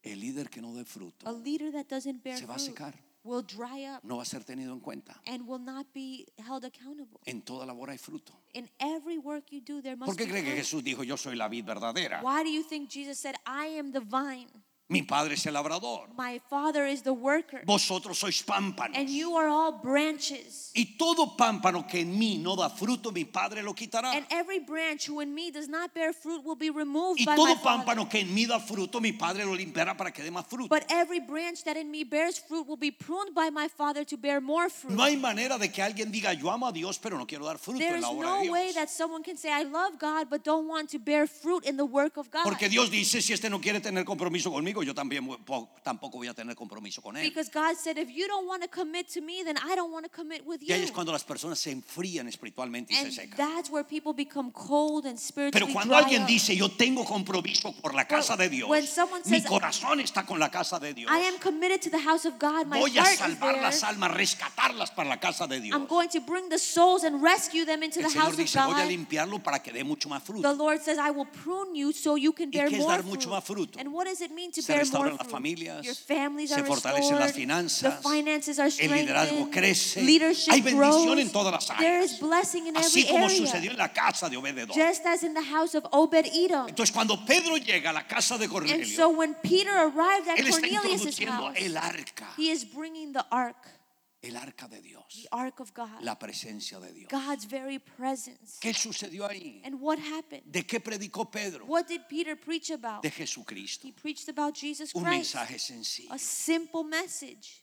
El líder que no dé
A
fruto
leader that doesn't bear
Se va a
fruit
secar.
will dry up
no va a ser tenido en cuenta.
and will not be held accountable.
En toda labor hay fruto.
In every work you do, there
¿Por
must
qué
be
cree que
fruit.
Jesús dijo, yo soy la vid verdadera?
Why do you think Jesus said, I am the vine?
Mi padre es el labrador.
My father is the worker,
Vosotros sois pámpanos.
and you are all branches.
Y todo pámpano que en mí no da fruto, mi padre lo
And
quitará.
every branch who in me does not bear fruit will be removed
Y
by my
todo
father.
pámpano que en mí da fruto, mi padre lo limpiará para que dé más fruto.
But every branch that in me bears fruit will be pruned by my father to bear more fruit.
No hay manera de que alguien diga, yo amo a Dios, pero no quiero dar fruto
there
en
is
la obra
no
de
way
Dios.
that someone can say, I love God, but don't want to bear fruit in the work of God.
Porque Dios dice, si este no quiere tener compromiso conmigo, yo también voy- po- tampoco voy a tener compromiso con él.
Because God said, if you don't want to commit to me, then I don't want to commit with
Y
you.
ahí es cuando las personas se enfrían espiritualmente y se
and
secan.
that's where people become cold and spiritually
Pero cuando
dry
alguien
up.
dice, yo tengo compromiso por la casa de Dios,
when someone
mi
says,
corazón está con la casa de Dios,
I am committed to the house of God. My
voy a
heart is
salvar
there.
las almas, rescatarlas para la casa de Dios.
I'm going to bring the souls and rescue them into
El
the
Señor
house of
dice, voy a
God.
limpiarlo para que dé mucho más
The
fruto.
Lord says, I will prune you so you can
¿Y
bear
qué es
more
dar
fruit.
mucho más fruto?
And what does it mean to
Se
bear more
restauran las
fruit?
familias,
Your families
se
are
fortalecen
restored.
las
the
finanzas,
finances are
el
strengthened.
liderazgo crece,
Leadership
hay bendición
grows.
en todas las
There
áreas,
is blessing in
así
every
como
area.
sucedió en la casa de Obededón.
Just as in the house of Obed-Edom.
Entonces cuando Pedro llega a la casa de
And so
Cornelio,
when Peter arrived at
él está
Cornelius'
introduciendo
house,
el arca,
he is bringing the ark,
el arca de Dios,
the ark of God,
la presencia de Dios.
God's very presence.
¿Qué sucedió ahí?
And what happened?
¿De qué predicó Pedro?
What did Peter preach about?
De Jesucristo.
He preached about Jesus
Un
Christ.
mensaje sencillo.
A simple message.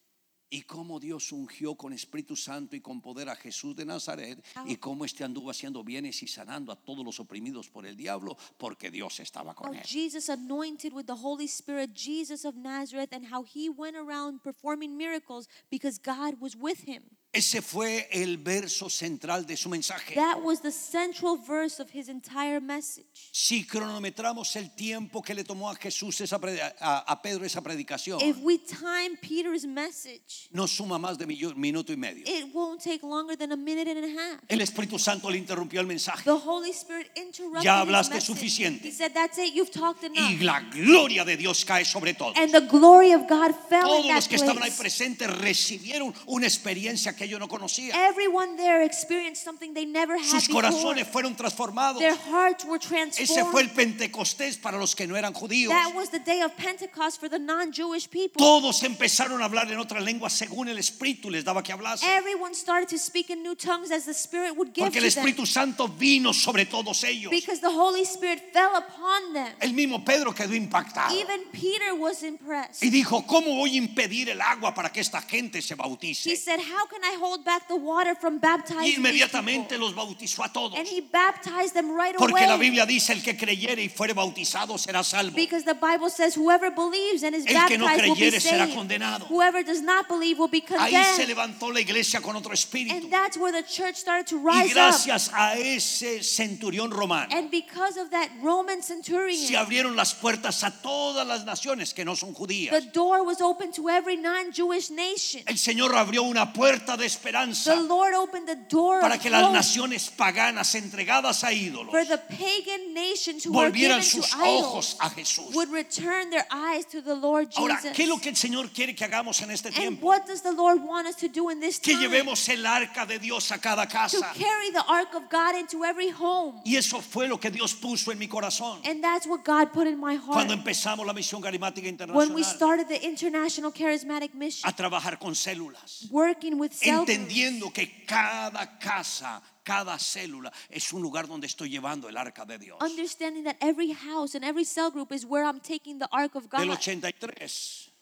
Y cómo Dios ungió con Espíritu Santo y con poder a Jesús de Nazaret y cómo este anduvo haciendo bienes y sanando a todos los oprimidos por el diablo porque Dios estaba
How
con él.
Jesus anointed with the Holy Spirit Jesus of Nazareth and how he went around performing miracles because God was with him.
Ese fue el verso central de su mensaje.
That was the central verse of his entire message.
Si cronometramos el tiempo que le tomó a Jesús esa pre- a, a Pedro esa predicación,
If we time Peter's message,
no suma más de millo- minuto y medio.
it won't take longer than a minute and a half.
El Espíritu Santo le interrumpió el mensaje
The Holy Spirit interrupted
Ya
his
hablaste
message.
suficiente.
He said, "That's it. You've talked
y
enough."
la gloria de Dios cae sobre todos.
And the glory of God fell
Todos
in that
los que estaban ahí
place.
presentes recibieron una experiencia que ellos no conocían.
Everyone there experienced something they never had
Sus
before.
corazones fueron transformados.
Their hearts were
Ese
transformed.
fue el Pentecostés para los que no eran judíos.
That was the day of Pentecost for the non-Jewish people.
Todos empezaron a hablar en otra lengua según el Espíritu les daba que hablase.
Everyone started to speak in new tongues as the Spirit would give
Porque el
to them.
Espíritu Santo vino sobre todos ellos.
Because the Holy Spirit fell upon them.
El mismo Pedro quedó impactado
Even Peter was impressed.
y dijo, ¿cómo voy a impedir el agua para que esta gente se
He
bautice?
said, "How can I hold back the water from baptizing?"
Y
these
inmediatamente
people?"
los bautizó a todos.
And he baptized them right
Porque
away.
la Biblia dice, el que creyere y fuere bautizado será salvo.
Because the Bible says whoever believes and is
El que
baptized
no
will be
creyere será
saved.
condenado.
Whoever does not believe will be
Ahí se
condemned.
levantó la iglesia con otro espíritu.
And that's where the church started to
Y
rise up.
gracias a ese centurión romano
And because of that Roman
se
centurion,
abrieron las puertas a todas las naciones que no son
the
judías.
door was open to every non-Jewish nation.
El Señor abrió una puerta de
The
esperanza
Lord opened the door
para
of
que las
hope
naciones paganas entregadas a ídolos
for the pagan nations who were
volvieran
given to
sus ojos
idols
a Jesús.
would return their eyes to the Lord
Ahora,
Jesus.
¿qué es lo que el Señor quiere que hagamos en este
And
tiempo?
what does the Lord want us to do in this
Que
time?
llevemos el arca de Dios a cada
To
casa.
carry the ark of God into every home.
Y eso fue lo que Dios puso en mi corazón
And that's what God put in my heart
cuando empezamos la misión carismática
when we
internacional
started the International Charismatic Mission,
a trabajar con células.
working with cell groups,
entendiendo que cada casa cada célula es un lugar donde estoy llevando el arca de Dios.
Understanding that every house and every cell group is where I'm taking the ark of God.
Del 83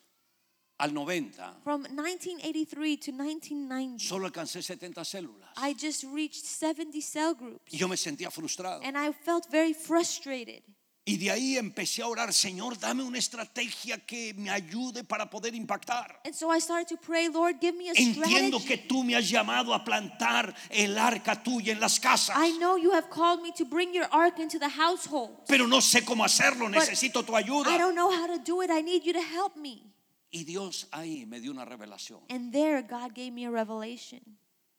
al 90
From 1983 to 1990,
solo alcancé 70 células
I just reached 70 cell groups.
y yo me sentía frustrado.
And I felt very frustrated.
Y de ahí empecé a orar, Señor, dame una estrategia que me ayude para poder impactar.
And so I started to pray, Lord, give me a
Entiendo
strategy.
que tú me has llamado a plantar el arca tuya en las casas,
I know you have called me to bring your ark into the household.
pero no sé cómo hacerlo, necesito tu
I
ayuda.
don't know how to do it. I need you to help me.
Y Dios ahí me dio una revelación
And there, God gave me a revelation.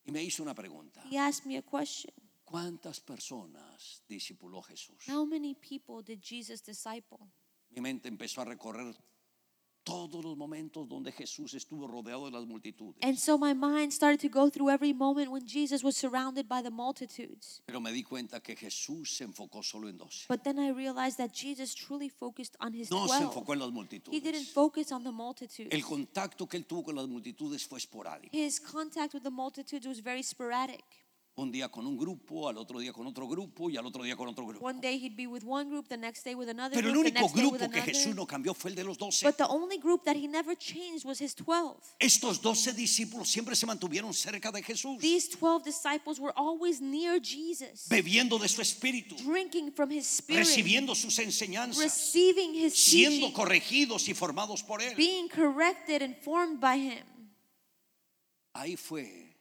y me hizo una pregunta.
He asked me a question
¿Cuántas personas discipuló Jesús?
How many people did Jesus disciple?
Mi mente empezó a recorrer todos los momentos donde Jesús estuvo rodeado de las multitudes,
And so my mind started to go through every moment when Jesus was surrounded by the multitudes.
pero me di cuenta que Jesús se enfocó solo en doce.
But then I realized that Jesus truly focused on his
No se
12.
enfocó en las
He didn't
multitudes.
focus on the multitudes.
El contacto que él tuvo con las multitudes fue esporádico.
His contact with the multitudes was very sporadic.
Un día con un grupo, al otro día con otro grupo y al otro día con otro grupo.
One day he'd be with one group, the next day with another
Pero el
group, the
único
next day with
grupo que Jesús
another.
no cambió fue el de los doce.
But the only group that he never changed was his 12.
Estos doce discípulos siempre se mantuvieron cerca de Jesús,
These 12 disciples were always near Jesus,
bebiendo de su espíritu,
drinking from his spirit,
recibiendo sus enseñanzas,
receiving his
siendo
teaching,
corregidos y formados por él.
being corrected and formed by him.
Ahí fue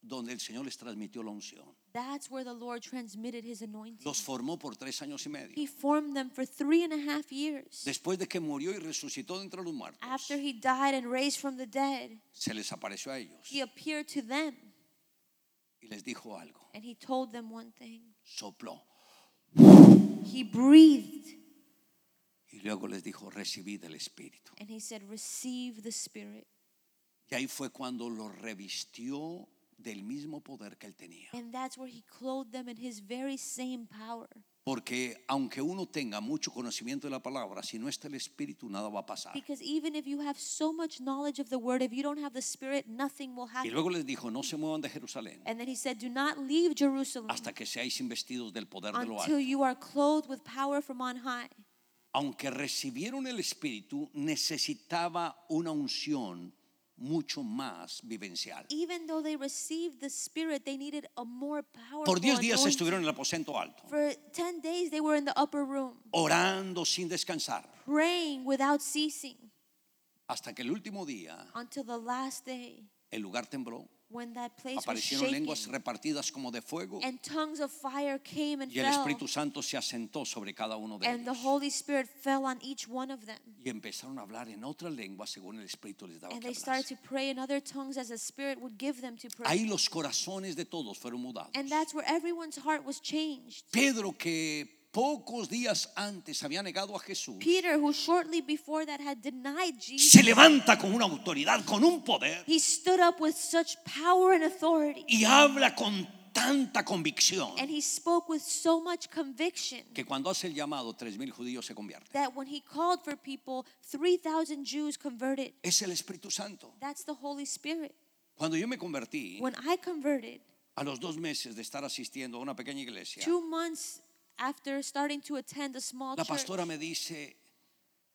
donde el Señor les transmitió la unción.
That's where the Lord transmitted his anointing.
Los formó por tres años y medio.
He formed them for three and a half years.
Después de que murió y resucitó de entre los muertos,
After he died and raised from the dead,
se les apareció a ellos
he appeared to them
y les dijo algo.
and he told them one thing.
Sopló
He breathed
y luego les dijo, recibid el Espíritu.
and he said, Receive the Spirit.
Y ahí fue cuando los revistió del mismo poder que él tenía.
And that's where he clothed them in his very same power.
Porque aunque uno tenga mucho conocimiento de la palabra, si no está el Espíritu, nada va a pasar.
Because even if you have so much knowledge of the word, if you don't have the Spirit, nothing will
Y
happen.
luego les dijo, no se muevan de Jerusalén
And then he said, Do not leave Jerusalem
hasta que seáis investidos del poder de lo
until
alto.
you are clothed with power from on high.
Aunque recibieron el Espíritu, necesitaba una unción mucho más vivencial.
Even though they received the Spirit, they needed a more powerful
Por 10 días
anointing.
estuvieron en el aposento alto,
For 10 days, they were in the upper room,
orando sin descansar,
praying without ceasing
hasta que el último día
until the last day
el lugar tembló,
when that place was
aparecieron lenguas
shaken
repartidas como de fuego
and tongues of fire came and
y el
fell.
Espíritu Santo se asentó sobre cada uno de
And the
ellos.
Holy Spirit fell on each one of them.
y empezaron a hablar en otra lengua según el Espíritu les daba
And
que
they
hablar.
started to pray in other tongues as the Spirit would give them to
Ahí
pray.
los corazones de todos fueron mudados.
And that's where everyone's heart was changed.
Pedro, que pocos días antes había negado a Jesús,
Peter, who shortly before that had denied
se
Jesus,
levanta con una autoridad, con un poder
he stood up with such power and authority.
y habla con tanta convicción
And he spoke with so much conviction
que cuando hace el llamado, tres mil judíos se convierten.
that when he called for people, 3,000 Jews converted.
Es el Espíritu Santo.
That's the Holy Spirit.
Cuando yo me convertí,
When I converted,
a los dos meses de estar asistiendo a una pequeña iglesia,
two months after starting to attend a small
la
church,
pastora me dice,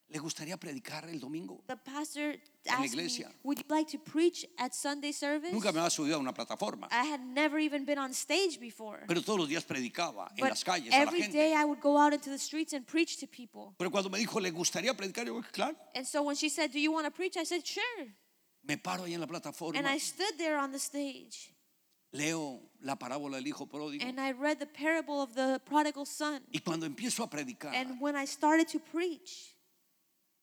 ¿le gustaría predicar el domingo?
The pastor asked me,
iglesia.
"Would you like to preach at Sunday service?"
Nunca me había subido a una plataforma.
I had never even been on stage before.
Pero todos los días predicaba en
but
las calles a la
every
gente.
day I would go out into the streets and preach to people.
Pero cuando me dijo, ¿le gustaría predicar? Yo, claro.
And so when she said, "Do you want to preach?" I said, "Sure."
Me paro ahí en la plataforma,
And I stood there on the stage
leo la parábola del hijo pródigo.
and I read the parable of the prodigal son.
Y cuando empiezo a predicar,
And when I started to preach,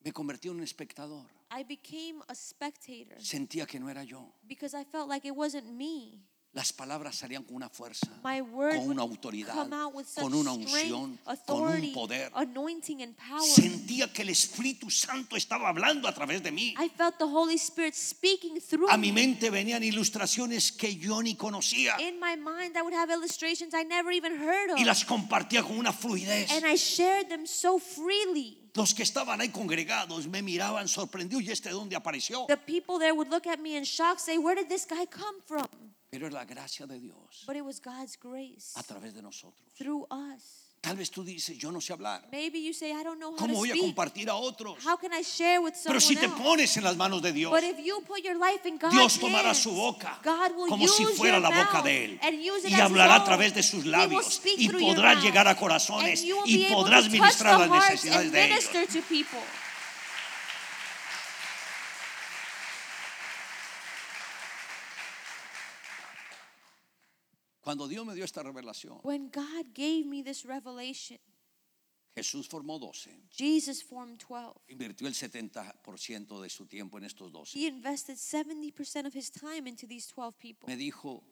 me convertí en un espectador.
I became a spectator
Sentía que no era yo.
because I felt like it wasn't me.
Las palabras salían con una fuerza,
My word
con
would
una autoridad,
come out with such
con una unción,
strength,
con un
authority,
poder.
anointing and power.
Sentía que el Espíritu Santo estaba hablando a través de mí.
I felt the Holy Spirit speaking through
A mi
me.
mente venían ilustraciones que yo ni conocía
In my mind, I would have illustrations I never even heard of.
y las compartía con una fluidez.
and I shared them so freely.
Los que estaban ahí congregados me miraban sorprendidos y este de dónde apareció.
The people there would look at me in shock, say, Where did this guy come from?
Pero es la gracia de Dios
But it was God's grace
a través de nosotros.
through us.
Tal vez tú dices, yo no sé hablar.
Maybe you say, I don't know how
¿Cómo
to
voy a
speak.
compartir a otros?
How can I share with
Pero
someone
si te
else?
pones en las manos de Dios,
But if you put your life in God's
Dios tomará
hands,
su boca
God will
como si
use
fuera la
your
boca
mouth
de Él
and use it
y
as His
hablará a
own.
través de sus
He will
labios
speak
y
through your
podrás
mouth,
llegar a
and
corazones
you will
y
be able to
podrás
touch
ministrar
the
las
hearts
necesidades
and
de ellos.
minister to people.
Cuando Dios me dio esta revelación,
When God gave me this revelation,
Jesús formó 12,
Jesus formed 12.
invirtió el 70% de su tiempo en estos 12.
He invested 70% of his time into these 12 people.
Me dijo,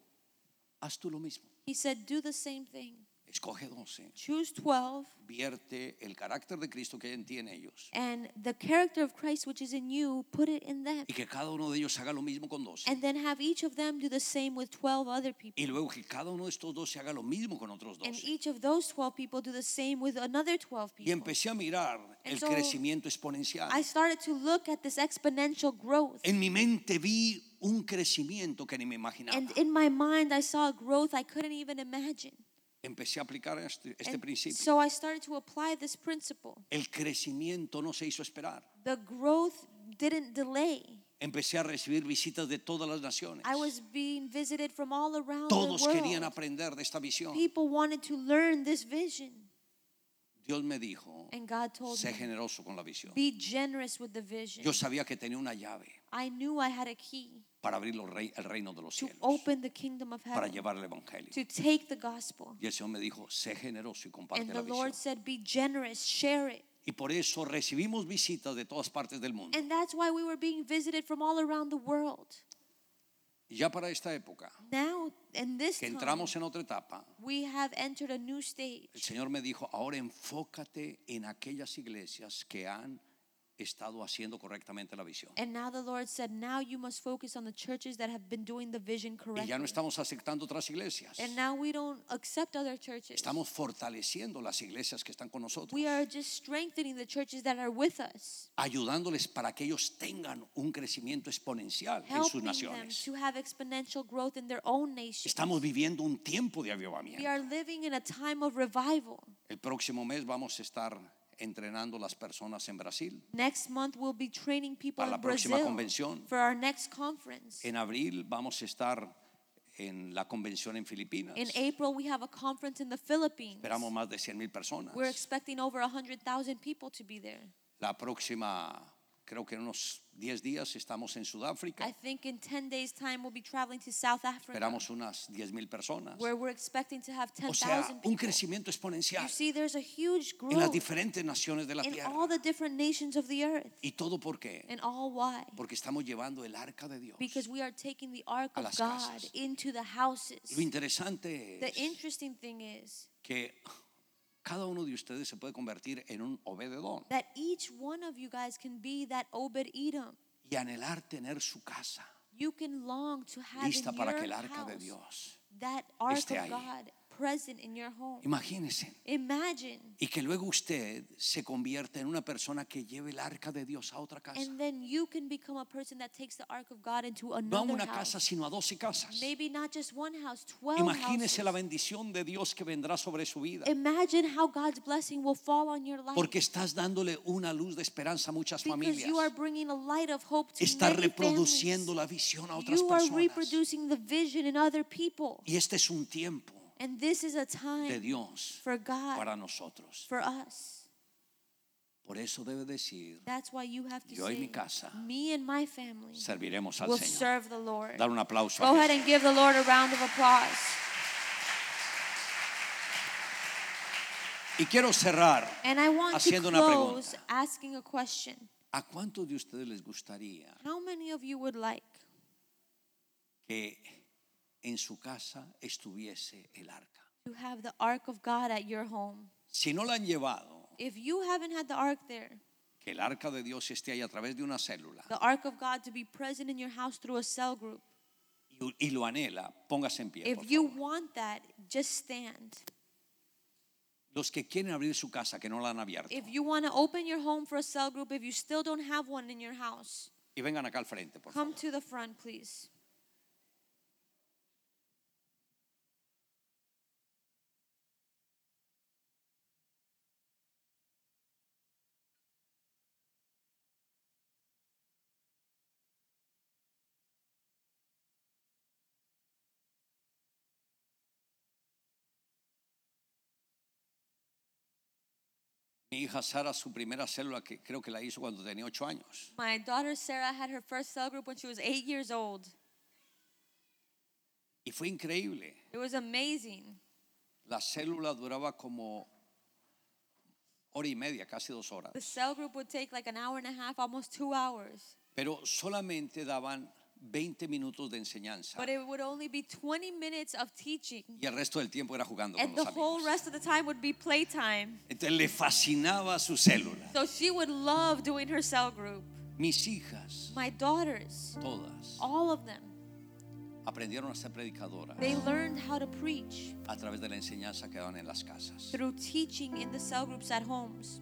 haz tú lo mismo,
He said, Do the same thing.
escoge 12,
Choose 12
vierte el carácter de Cristo que hay en ti en ellos
and the character of Christ which is in you, put it in them.
y que cada uno de ellos haga lo mismo con 12.
And then have each of them do the same with 12 other people.
Y luego que cada uno de estos 12 haga lo mismo con otros
And
12.
each of those 12 people do the same with another 12
Y
people.
empecé a mirar el
so,
crecimiento exponencial.
I started to look at this exponential growth.
En mi mente vi un crecimiento que ni me imaginaba.
And in my mind, I saw a growth I couldn't even imagine.
Empecé a aplicar este, este
And
principio.
so I started to apply this principle.
El crecimiento no se hizo esperar.
The growth didn't delay.
Empecé a recibir visitas de todas las naciones.
I was being visited from all around
Todos
the world.
querían aprender de esta visión.
People wanted to learn this vision.
Dios me dijo,
And God told
sé
me,
generoso con la visión.
be generous with the vision.
Yo sabía que tenía una llave
I knew I had a key
para abrir los rei- el reino de los
to
cielos,
open the kingdom of
para
heaven,
llevar el evangelio.
to take the gospel.
Y el Señor me dijo, sé generoso y comparte
And
la
the
visión.
Lord said, be generous, share it.
Y por eso recibimos visitas de todas partes del mundo.
And that's why we were being visited from all around the world.
Y ya para esta época,
Now, in this
que
time,
entramos en otra etapa,
we have entered a new stage.
El Señor me dijo, ahora enfócate en aquellas iglesias que han estado haciendo correctamente la visión.
And now the Lord said, now you must focus on the churches that have been doing the vision
Y
correctly.
ya no estamos aceptando otras iglesias.
And now we don't accept other churches.
Estamos fortaleciendo las iglesias que están con nosotros,
We are just strengthening the churches that are with us,
ayudándoles para que ellos tengan un crecimiento exponencial en sus
helping them
naciones.
to have exponential growth in their own nation.
Estamos viviendo un tiempo de
We
avivamiento.
are living in a time of revival.
El próximo mes vamos a estar entrenando las personas en Brasil.
Next month, we'll be training people
Para la
in
próxima
Brazil
convención.
for our next conference.
En abril vamos a estar en la convención en Filipinas.
In April, we have a conference in the Philippines.
Esperamos más de 100 mil personas.
We're expecting over 100,000 people to be there.
La próxima, creo que en unos 10 días estamos en
I
Sudáfrica.
think in 10 days' time, we'll be traveling to South Africa,
Esperamos unas 10 mil personas.
where we're expecting to have
O sea,
10,000
un
people.
crecimiento exponencial
You see, there's a huge
en las
growth
diferentes naciones de la
in
tierra.
all the different nations of the earth.
¿Y todo por qué?
And all why?
Porque estamos llevando el arca de Dios.
Because we are taking the ark
A
of
las
God
casas.
into the houses.
Lo interesante
The
es
interesting thing is
que cada uno de ustedes se puede convertir en un obededón
that each one of you guys can be that Obed Edom.
y anhelar tener su casa
You can long to have
lista
in your
para que el arca
house
de Dios
that ark
esté ahí.
of God present in your home.
imagínense
Imagine.
y que luego usted se convierta en una persona que lleve el arca de Dios a otra casa
And then you can become a person that takes the ark of God into
no a
another
una
house.
casa, sino a 12 casas.
Maybe not just one house, 12
Imagínese la
houses.
bendición de Dios que vendrá sobre su vida,
Imagine how God's blessing will fall on your life.
porque estás dándole una luz de esperanza a muchas
because
familias.
you are bringing a light of hope to
Estás
many
reproduciendo
families.
la visión a otras
You are
personas.
reproducing the vision in other people.
Y este es un tiempo
And this is
de
a time
Dios
for God,
para nosotros.
for us.
Por eso debe decir,
That's why you have to
Yo y
say,
mi casa
me and my family
serviremos al
will
Señor.
serve the Lord.
Dar un aplauso. a
Go ahead
Jesús.
and give the Lord a round of applause.
Y quiero cerrar.
And I want to
Haciendo una
close
pregunta.
asking a question.
¿A cuántos de ustedes les gustaría
How many of you would like
que en su casa estuviese el arca?
to have the ark of God at your home?
Si no la han llevado,
If you haven't had the ark there,
que el arca de Dios esté ahí a través de una célula
the ark of God to be present in your house through a cell group.
y, y lo anhela, póngase en pie. por
If you
favor.
want that, just stand.
Los que quieren abrir su casa, que no la han abierto,
If you want to open your home for a cell group, if you still don't have one in your house,
y vengan acá al frente, por
come
favor.
to the front, please.
Mi hija Sara, su primera célula, que creo que la hizo cuando tenía ocho años.
My daughter Sarah had her first cell group when she was eight years old.
Y fue increíble.
It was amazing.
La célula duraba como hora y media, casi dos horas.
The cell group would take like an hour and a half, almost two hours.
Pero solamente daban 20 minutos de enseñanza.
But it would only be 20 minutes of teaching.
Y el resto del tiempo era jugando con
And the
los
whole
amigos.
rest of the time would be playtime.
Entonces le fascinaba su célula.
So she would love doing her cell group.
Mis hijas,
My daughters,
todas,
all of them,
aprendieron a ser predicadoras
they learned how to preach
a través de la enseñanza que daban en las casas.
through teaching in the cell groups at homes,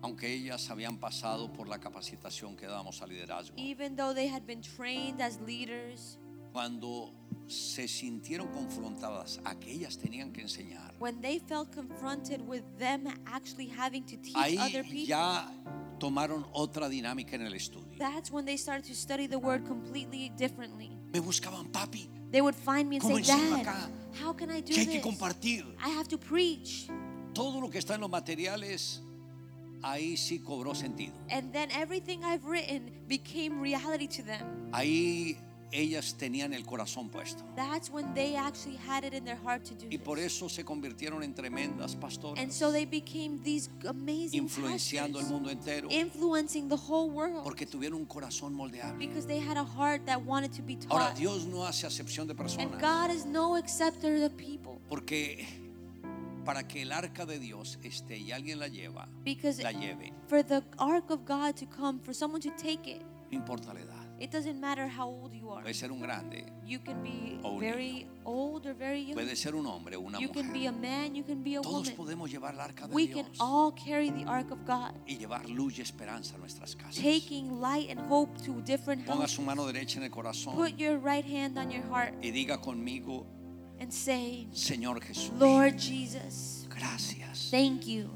Aunque ellas habían pasado por la capacitación que dábamos al liderazgo,
even though they had been trained as leaders.
cuando se sintieron confrontadas a que ellas tenían que enseñar,
When they felt confronted with them actually having to teach
ahí
other people,
ya tomaron otra dinámica en el estudio.
that's when they started to study the word completely differently.
Me buscaban, papi,
They would find me and
¿Cómo
say,
enseño
Dad,
acá?
how can I do
que hay que
this?
compartir.
I have to preach.
Todo lo que está en los materiales, ahí sí cobró sentido.
And then everything I've written became reality to them.
Ahí ellas tenían el corazón puesto.
That's when they actually had it in their heart to do
Y por
this.
eso se convirtieron en tremendas
And
pastoras,
so they became these amazing
influenciando el
pastors, Em,
mundo entero,
influencing the whole world
porque tuvieron un corazón moldeable.
because they had a heart that wanted to be
Ahora,
taught.
Dios no hace acepción de
and
personas,
God is no acceptor of people
porque para que el arca de Dios esté y alguien la lleva,
because
la lleve,
for the ark of God to come, for someone to take it,
no importa la edad.
it doesn't matter how old you are.
Puede ser un grande,
You can be
O un
very old or very young.
puede ser un hombre, una
You can be
mujer.
a man, you can be a
Todos
woman.
podemos llevar el arca de
We can
Dios.
all carry the ark of God,
y llevar luz y esperanza a nuestras casas.
taking light and hope to different
Ponga
houses.
su mano derecha en el corazón
Put your right hand on your heart
y diga conmigo,
and say,
Señor Jesús,
Lord Jesus,
gracias
thank you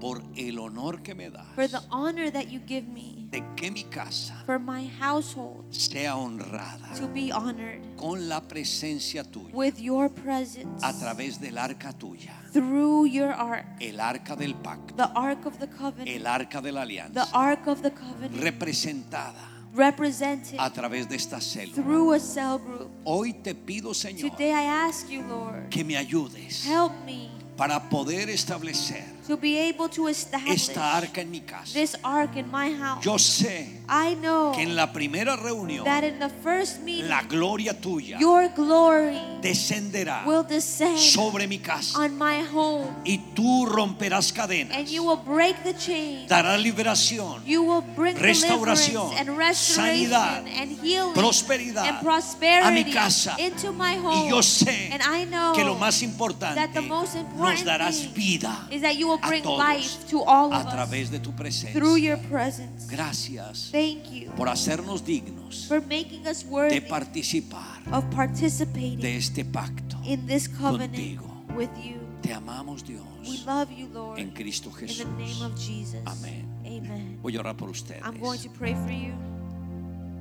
por el honor que me das
for the honor that you give me,
de que mi casa
for my household
sea honrada
to be honored
con la presencia tuya
with your presence
a través del arca tuya,
through your ark,
el arca del pacto,
the ark of the
el
covenant,
arca de la
the
alianza,
ark of the covenant
representada
represented
a través de esta célula.
through a cell group.
Hoy te pido, Señor,
Today I ask you, Lord,
que me ayudes
help me
para poder establecer
to be able to establish
esta arca en mi casa.
this ark in my house.
Yo sé
I know
que en la primera reunión
that in the first meeting,
la gloria tuya
your glory
descenderá
will descend
sobre mi casa
on my home,
y tú romperás
and
cadenas,
you will break the chains.
darás liberación,
You will bring
Restauración,
deliverance and restoration
sanidad,
and healing
prosperidad
and prosperity
a mi casa.
into my home.
Y yo sé
and I know
que lo más
that
importante
the most
nos
important
darás
thing
vida
is that you will
a
bring life to all
todos
of
a
us
través de tu
through
presencia.
your presence.
Gracias
Thank you
por hacernos dignos
for making us
de
worthy
participar
of participating
de este pacto.
in this covenant
contigo.
with you.
Te amamos
We
Dios
love you, Lord.
en Cristo
in the
Jesús.
name of Jesus.
Amén.
Amen.
Voy a orar por ustedes.
I'm going to pray for you,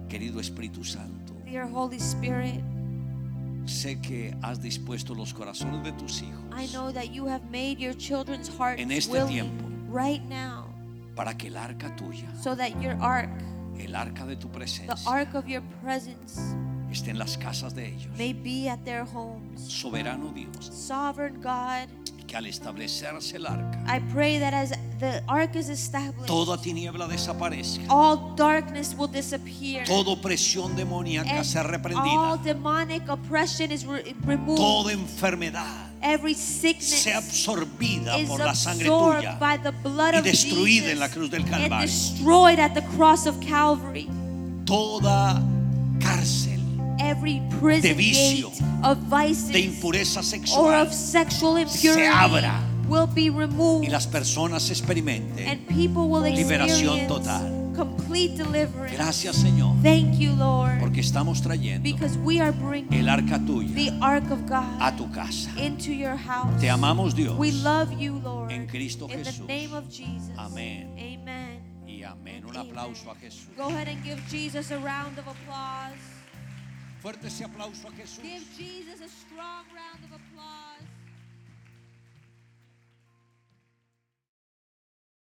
Querido Espíritu Santo,
dear Holy Spirit.
sé que has dispuesto los corazones de tus
I
hijos
know that you have made your children's hearts
En este
willing
tiempo.
right now
para que el arca tuya,
so that your ark,
el arca de tu
the
presencia,
ark of your presence,
esté en las casas de ellos.
may be at their homes.
Soberano Dios,
Sovereign God,
que al establecerse el arca,
I pray that as the ark is established,
toda tiniebla desaparezca,
all darkness will disappear.
toda opresión demoníaca
and
sea
all
reprendida,
demonic oppression is re- removed.
toda enfermedad
Every sickness
sea absorbida
is
por la sangre
absorbed
tuya
by the blood
y
of
destruida
Jesus
en la cruz del
and
Calvario.
destroyed at the cross of Calvary.
toda cárcel
Every prison
De vicio,
gate of vices
de impureza
or
sexual
of sexual impurity
abra.
will be removed
y las personas experimenten.
and people will
Liberación
experience
total.
complete deliverance.
Gracias Señor,
Thank you, Lord,
porque estamos trayendo
because we are bringing
el arca tuya
the ark of God
a tu casa.
into your house.
Te amamos Dios
We love you, Lord.
En Cristo
in the
Jesús.
name of Jesus.
Amén.
Amen.
y amén. Un
Amen.
aplauso a Jesús.
Go ahead and give Jesus a round of applause.
Fuerte ese aplauso a Jesús.
Give Jesus a strong round of applause.